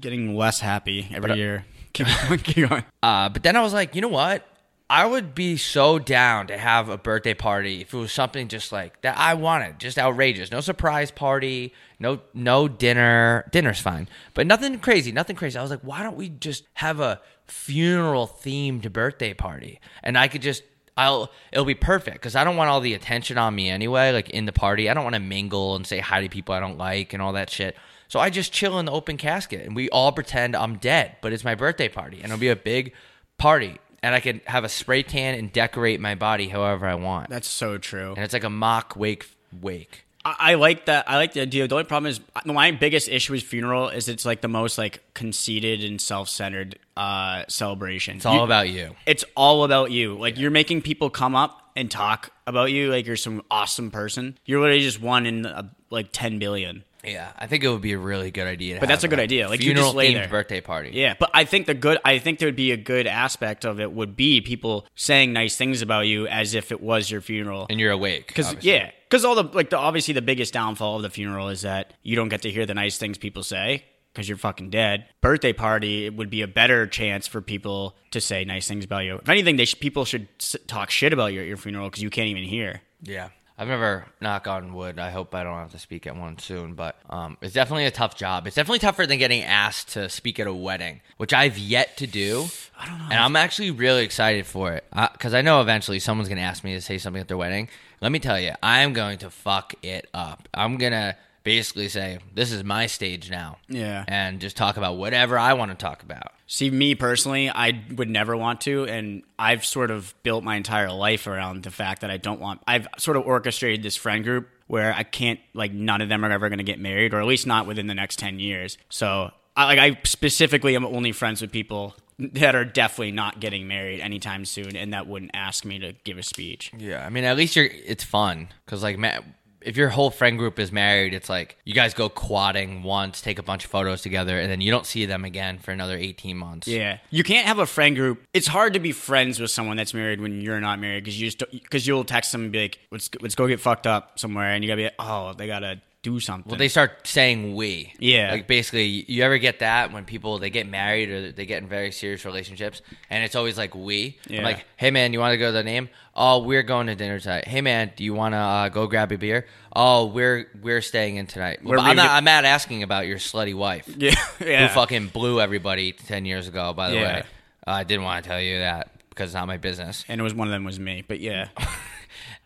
Speaker 4: getting less happy every year. Keep going, keep going.
Speaker 3: Uh, but then I was like, you know what? I would be so down to have a birthday party if it was something just like that I wanted, just outrageous. No surprise party, no no dinner. Dinner's fine, but nothing crazy, nothing crazy. I was like, why don't we just have a funeral themed birthday party? And I could just I'll it'll be perfect because I don't want all the attention on me anyway. Like in the party, I don't want to mingle and say hi to people I don't like and all that shit. So I just chill in the open casket and we all pretend I'm dead, but it's my birthday party and it'll be a big party and I can have a spray tan and decorate my body however I want.
Speaker 4: That's so true.
Speaker 3: And it's like a mock wake wake.
Speaker 4: I, I like that. I like the idea. The only problem is uh, my biggest issue with funeral is it's like the most like conceited and self centered uh, celebration.
Speaker 3: It's all about you.
Speaker 4: It's all about you. Like you're making people come up and talk about you like you're some awesome person. You're literally just one in uh, like 10 billion.
Speaker 3: Yeah, I think it would be a really good idea. To
Speaker 4: But that's a good idea. Like, you just lay there.
Speaker 3: funeral-themed birthday party.
Speaker 4: Yeah, but I think the good I think there would be a good aspect of it would be people saying nice things about you as if it was your funeral.
Speaker 3: and you're awake.
Speaker 4: Cuz
Speaker 3: obviously.
Speaker 4: yeah, cuz all the like the obviously the biggest downfall of the funeral is that you don't get to hear the nice things people say cuz you're fucking dead. Birthday party it would be a better chance for people to say nice things about you. If anything, they should, people should s- talk shit about you at your funeral cuz you can't even hear.
Speaker 3: Yeah. I've never knock on wood. I hope I don't have to speak at one soon, but um, it's definitely a tough job. It's definitely tougher than getting asked to speak at a wedding, which I've yet to do. I don't know. And I'm actually really excited for it because I know eventually someone's going to ask me to say something at their wedding. Let me tell you, I'm going to fuck it up. I'm going to basically say, this is my stage now.
Speaker 4: Yeah.
Speaker 3: And just talk about whatever I want to talk about.
Speaker 4: See, me personally, I would never want to, and I've sort of built my entire life around the fact that I don't want. I've sort of orchestrated this friend group where I can't, like, none of them are ever going to get married, or at least not within the next ten years. So, I, like, I specifically am only friends with people that are definitely not getting married anytime soon, and that wouldn't ask me to give a speech.
Speaker 3: Yeah, I mean, at least you're. It's fun because like, ma- if your whole friend group is married, it's like you guys go quadding once, take a bunch of photos together, and then you don't see them again for another eighteen months.
Speaker 4: Yeah, you can't have a friend group. It's hard to be friends with someone that's married when you're not married because you just because you'll text them and be like, "Let's let's go get fucked up somewhere," and you gotta be like, "Oh, they gotta do something."
Speaker 3: Well, they start saying we.
Speaker 4: Yeah.
Speaker 3: Like basically, you ever get that when people they get married or they get in very serious relationships, and it's always like we.
Speaker 4: Yeah.
Speaker 3: I'm like, hey man, you want to go to the name? Oh, we're going to dinner tonight. Hey man, do you want to uh, go grab a beer? Oh, we're we're staying in tonight.
Speaker 4: We're
Speaker 3: But I'm not.
Speaker 4: reuni-
Speaker 3: I'm not asking about your slutty wife.
Speaker 4: yeah, yeah.
Speaker 3: who fucking blew everybody 10 years ago, by the
Speaker 4: Yeah.
Speaker 3: way. Uh, I didn't want to tell you that because it's not my business.
Speaker 4: and it was one of them was me, but yeah,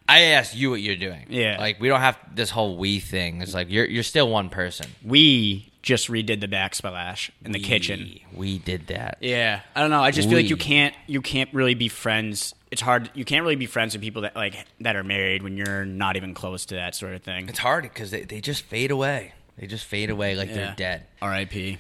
Speaker 3: I asked you what you're doing.
Speaker 4: Yeah.
Speaker 3: Like, we don't have this whole we thing. It's like, you're, you're still one person.
Speaker 4: we just redid the backsplash in the
Speaker 3: We-
Speaker 4: kitchen.
Speaker 3: We did that.
Speaker 4: Yeah, I don't know. I just feel like you
Speaker 3: We.
Speaker 4: can't you can't really be friends. It's hard. You can't really be friends with people that like that are married when you're not even close to that sort of thing.
Speaker 3: It's hard because they, they just fade away. They just fade away like
Speaker 4: Yeah.
Speaker 3: they're dead.
Speaker 4: R.I.P.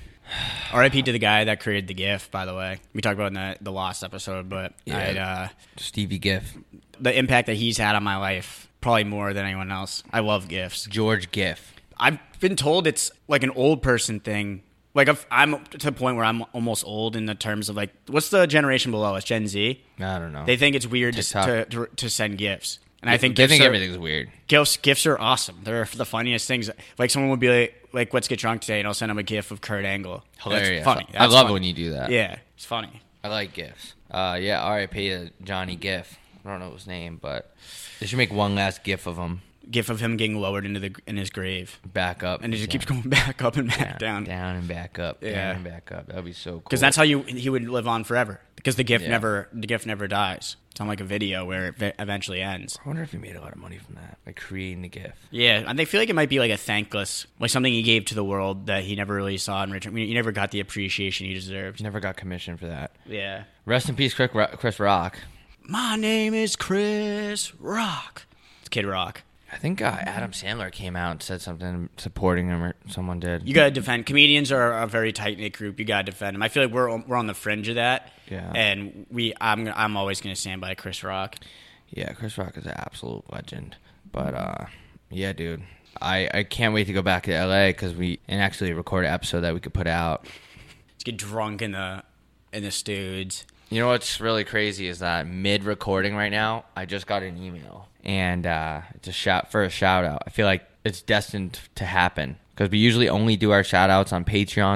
Speaker 4: R.I.P. to the guy that created the GIF. By the way, we talked about it in the, the Lost episode, but
Speaker 3: Yeah.
Speaker 4: I'd, uh,
Speaker 3: Stevie Giff,
Speaker 4: the impact that he's had on my life probably more than anyone else. I love GIFs.
Speaker 3: George Giff.
Speaker 4: I've been told it's like an old person thing. Like I've, I'm to the point where I'm almost old in the terms of like, what's the generation below us? Gen Z.
Speaker 3: I don't know.
Speaker 4: They think it's weird to, to,
Speaker 3: TikTok.
Speaker 4: to to send GIFs, and I think
Speaker 3: they
Speaker 4: GIFs
Speaker 3: think
Speaker 4: are-
Speaker 3: everything's weird.
Speaker 4: GIFs, GIFs are awesome. They're the funniest things. Like someone would be like, like, let's get drunk today, and I'll send them a GIF of Kurt Angle. Oh, That's
Speaker 3: Hilarious.
Speaker 4: funny.
Speaker 3: I
Speaker 4: That's
Speaker 3: love
Speaker 4: funny.
Speaker 3: when you do that.
Speaker 4: Yeah, it's funny.
Speaker 3: I like gifts. Uh, yeah, R.I.P. to Johnny Giff. I don't know his name, but they should make one last gif of him
Speaker 4: GIF of him getting lowered into the in his grave,
Speaker 3: back up,
Speaker 4: and it just
Speaker 3: down,
Speaker 4: keeps going back up and back
Speaker 3: down,
Speaker 4: down.
Speaker 3: down and back up,
Speaker 4: Yeah.
Speaker 3: down and back up. That'd be so cool.
Speaker 4: Because that's how you he would live on forever. Because the GIF
Speaker 3: Yeah.
Speaker 4: never the GIF never dies. It's on like a video where it ve- eventually ends.
Speaker 3: I wonder if he made a lot of money from that, like creating the gif.
Speaker 4: Yeah, and they feel like it might be like a thankless, like something he gave to the world that he never really saw in return. I mean, He never got the appreciation he deserved.
Speaker 3: Never got commission for that.
Speaker 4: Yeah.
Speaker 3: Rest in peace, Chris Ro- Chris Rock.
Speaker 4: My name is Chris Rock. It's Kid Rock.
Speaker 3: I think uh, Adam Sandler came out and said something supporting him, or someone did.
Speaker 4: You gotta defend comedians are a very tight knit group. You gotta defend them. I feel like we're on- we're on the fringe of that.
Speaker 3: Yeah.
Speaker 4: And we I'm I'm always gonna stand by Chris Rock.
Speaker 3: Yeah, Chris Rock is an absolute legend. But uh, yeah, dude, I I can't wait to go back to L.A. because we and actually record an episode that we could put out.
Speaker 4: Let's get drunk in the and the studs.
Speaker 3: You know what's really crazy is that mid recording right now, I just got an email and uh, it's a shout for a shout out. I feel like it's destined to happen because we usually only do our shout outs on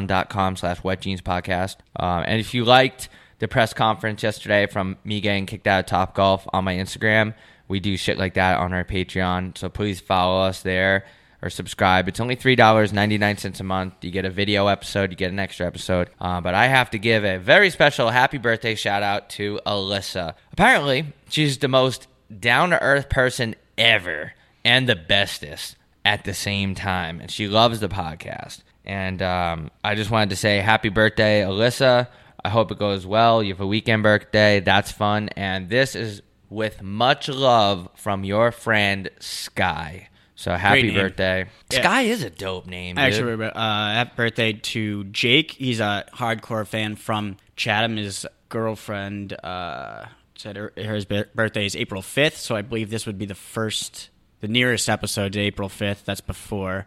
Speaker 3: patreon.com slash wet jeans podcast. Um, and if you liked the press conference yesterday from me getting kicked out of Top Golf on my Instagram, we do shit like that on our Patreon. So please follow us there or subscribe. It's only three dollars ninety nine cents a month. You get a video episode, you get an extra episode. Uh, but I have to give a very special happy birthday shout out to Alyssa. Apparently, she's the most down to earth person ever and the bestest at the same time, and she loves the podcast. And um, I just wanted to say happy birthday, Alyssa. I hope it goes well. You have a weekend birthday. That's fun. And this is with much love from your friend Sky. So happy
Speaker 4: Great name.
Speaker 3: birthday.
Speaker 4: Yeah.
Speaker 3: Sky is a dope name. dude.
Speaker 4: Actually, uh, happy birthday to Jake. He's a hardcore fan from Chatham. His girlfriend uh, said her, her birthday is April 5th, so I believe this would be the first, the nearest episode to April 5th. That's before.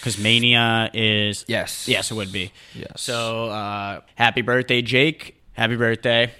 Speaker 4: Because Mania is.
Speaker 3: Yes.
Speaker 4: Yes, it would be.
Speaker 3: Yes.
Speaker 4: So uh, happy birthday, Jake. Happy birthday.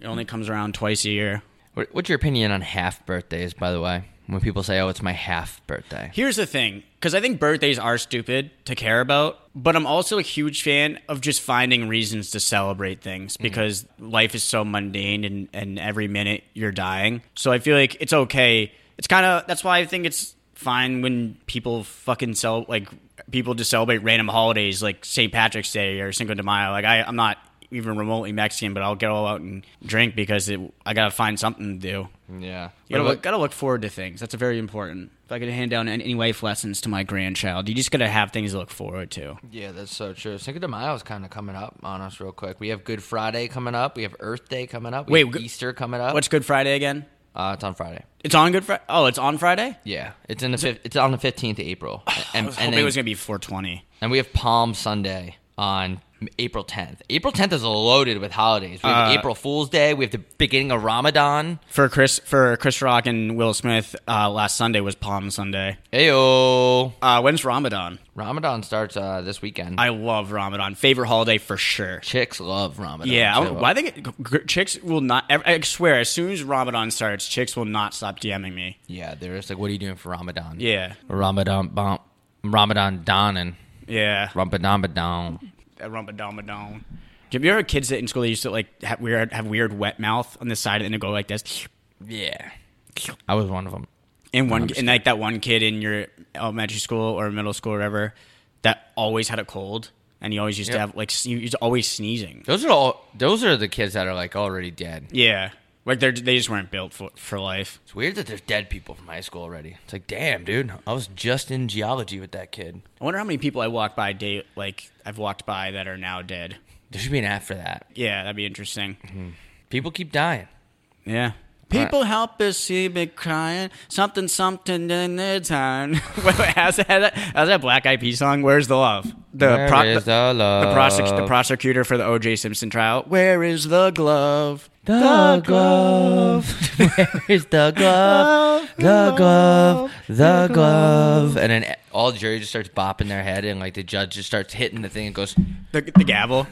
Speaker 4: It only comes around twice a year.
Speaker 3: What- What's your opinion on half birthdays, by the way? When people say, oh, it's my half birthday.
Speaker 4: Here's the thing, because I think birthdays are stupid to care about, but I'm also a huge fan of just finding reasons to celebrate things because life is so mundane and, and every minute you're dying. So I feel like it's okay. It's kind of that's why I think it's fine when people fucking sell like people just celebrate random holidays like St. Patrick's Day or Cinco de Mayo. Like I, I'm not even remotely Mexican, but I'll get all out and drink because it, I gotta find something to do.
Speaker 3: Yeah. What
Speaker 4: You gotta
Speaker 3: about-
Speaker 4: look, gotta look forward to things. That's very important. If I could hand down any, any life lessons to my grandchild, you just gotta have things to look forward to.
Speaker 3: Yeah, that's so true. Cinco de Mayo is kind of coming up on us real quick. We have Good Friday coming up. We have Earth Day coming up. We
Speaker 4: Wait,
Speaker 3: have
Speaker 4: go-
Speaker 3: Easter coming up.
Speaker 4: What's Good Friday again?
Speaker 3: uh, it's on Friday.
Speaker 4: It's on Good Friday. Oh, it's on Friday.
Speaker 3: Yeah, it's in the fif- it's on the fifteenth of April, and
Speaker 4: I was
Speaker 3: and,
Speaker 4: hoping
Speaker 3: then-
Speaker 4: it was gonna be 420.
Speaker 3: and we have Palm Sunday on April tenth. April tenth is loaded with holidays. We have
Speaker 4: Uh,
Speaker 3: April Fool's Day. We have the beginning of Ramadan.
Speaker 4: For Chris, for Chris Rock and Will Smith, uh, last Sunday was Palm Sunday.
Speaker 3: Ayo,
Speaker 4: Uh, when's Ramadan?
Speaker 3: Ramadan starts uh, this weekend.
Speaker 4: I love Ramadan. Favorite holiday for sure.
Speaker 3: Chicks love Ramadan.
Speaker 4: Yeah, I,
Speaker 3: too.
Speaker 4: I think it, g- g- chicks will not. I swear, as soon as Ramadan starts, chicks will not stop DMing me.
Speaker 3: yeah. They're just like, "What are you doing for Ramadan?"
Speaker 4: Yeah,
Speaker 3: Ramadan bomb, Ramadan donning,
Speaker 4: yeah.
Speaker 3: Ramadan badon.
Speaker 4: a rumpadamadown. Do you ever have kids that in school that used to like have weird have weird wet mouth on the side and it go like this?
Speaker 3: Yeah. I was one of them.
Speaker 4: And one and like that one kid in your elementary school or middle school or whatever that always had a cold and he always used to
Speaker 3: Yep.
Speaker 4: have like s- he was always sneezing.
Speaker 3: Those are all. Those are the kids that are like already dead.
Speaker 4: Yeah, like they they just weren't built for for life.
Speaker 3: It's weird that there's dead people from high school already. It's like, damn, dude, I was just in geology with that kid.
Speaker 4: I wonder how many people I walked by day like I've walked by that are now dead.
Speaker 3: There should be an app for that.
Speaker 4: Yeah, that'd be interesting.
Speaker 3: People keep dying.
Speaker 4: Yeah. People help us see me crying. Something, something in the time. Wait, wait, how's, that, how's that Black Eyed Peas song? Where's the love? The
Speaker 3: Where
Speaker 4: pro-
Speaker 3: is
Speaker 4: the,
Speaker 3: the love?
Speaker 4: the prosec- the prosecutor for the O.J. Simpson trial. Where is the glove?
Speaker 3: The glove. Where is the glove? The glove. The glove. And then all the jury just starts bopping their head, and like the judge just starts hitting the thing and goes,
Speaker 4: The, the gavel.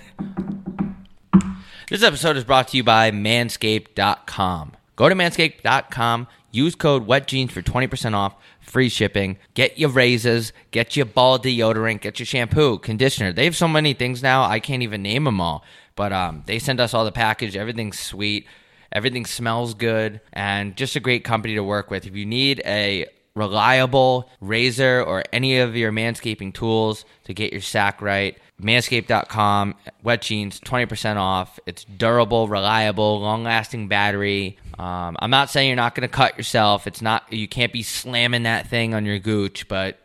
Speaker 3: This episode is brought to you by manscaped.com. Go to manscaped.com, use code WETJEANS for 20% off, free shipping. Get your razors, get your ball deodorant, get your shampoo, conditioner. They have so many things now, I can't even name them all. But um, they send us all the package, everything's sweet, everything smells good, and just a great company to work with. If you need a reliable razor or any of your manscaping tools to get your sack right. Manscaped.com, wet jeans, 20% off. It's durable, reliable, long lasting battery. Um, I'm not saying you're not going to cut yourself. It's not, you can't be slamming that thing on your gooch, but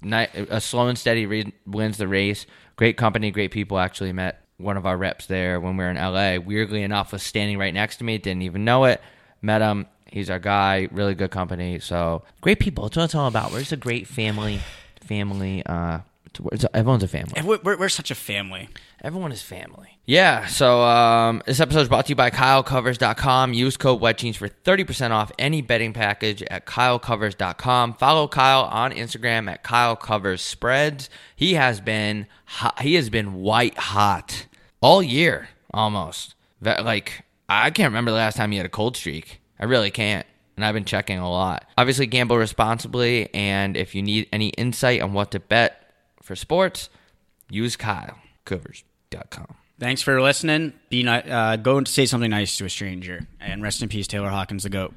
Speaker 3: ni- a slow and steady re- wins the race. Great company, great people. Actually met one of our reps there when we were in LA. Weirdly enough, was standing right next to me. Didn't even know it. Met him. He's our guy. Really good company. So great people. That's what it's all about. We're just a great family. Family. Uh, it's- it's- everyone's a family.
Speaker 4: And We're, we're, we're such a family.
Speaker 3: Everyone is family. Yeah. So um, this episode is brought to you by KyleCovers.com. Use code WetJeans for 30% off any betting package at KyleCovers.com. Follow Kyle on Instagram at KyleCoversSpreads. He has been hot, he has been white hot all year. almost. That, like I can't remember the last time you had a cold streak. I really can't. And I've been checking a lot. Obviously, gamble responsibly. And if you need any insight on what to bet for sports, use KyleCovers.com.
Speaker 4: Thanks for listening. Be ni- uh, go and say something nice to a stranger. And rest in peace, Taylor Hawkins, the GOAT.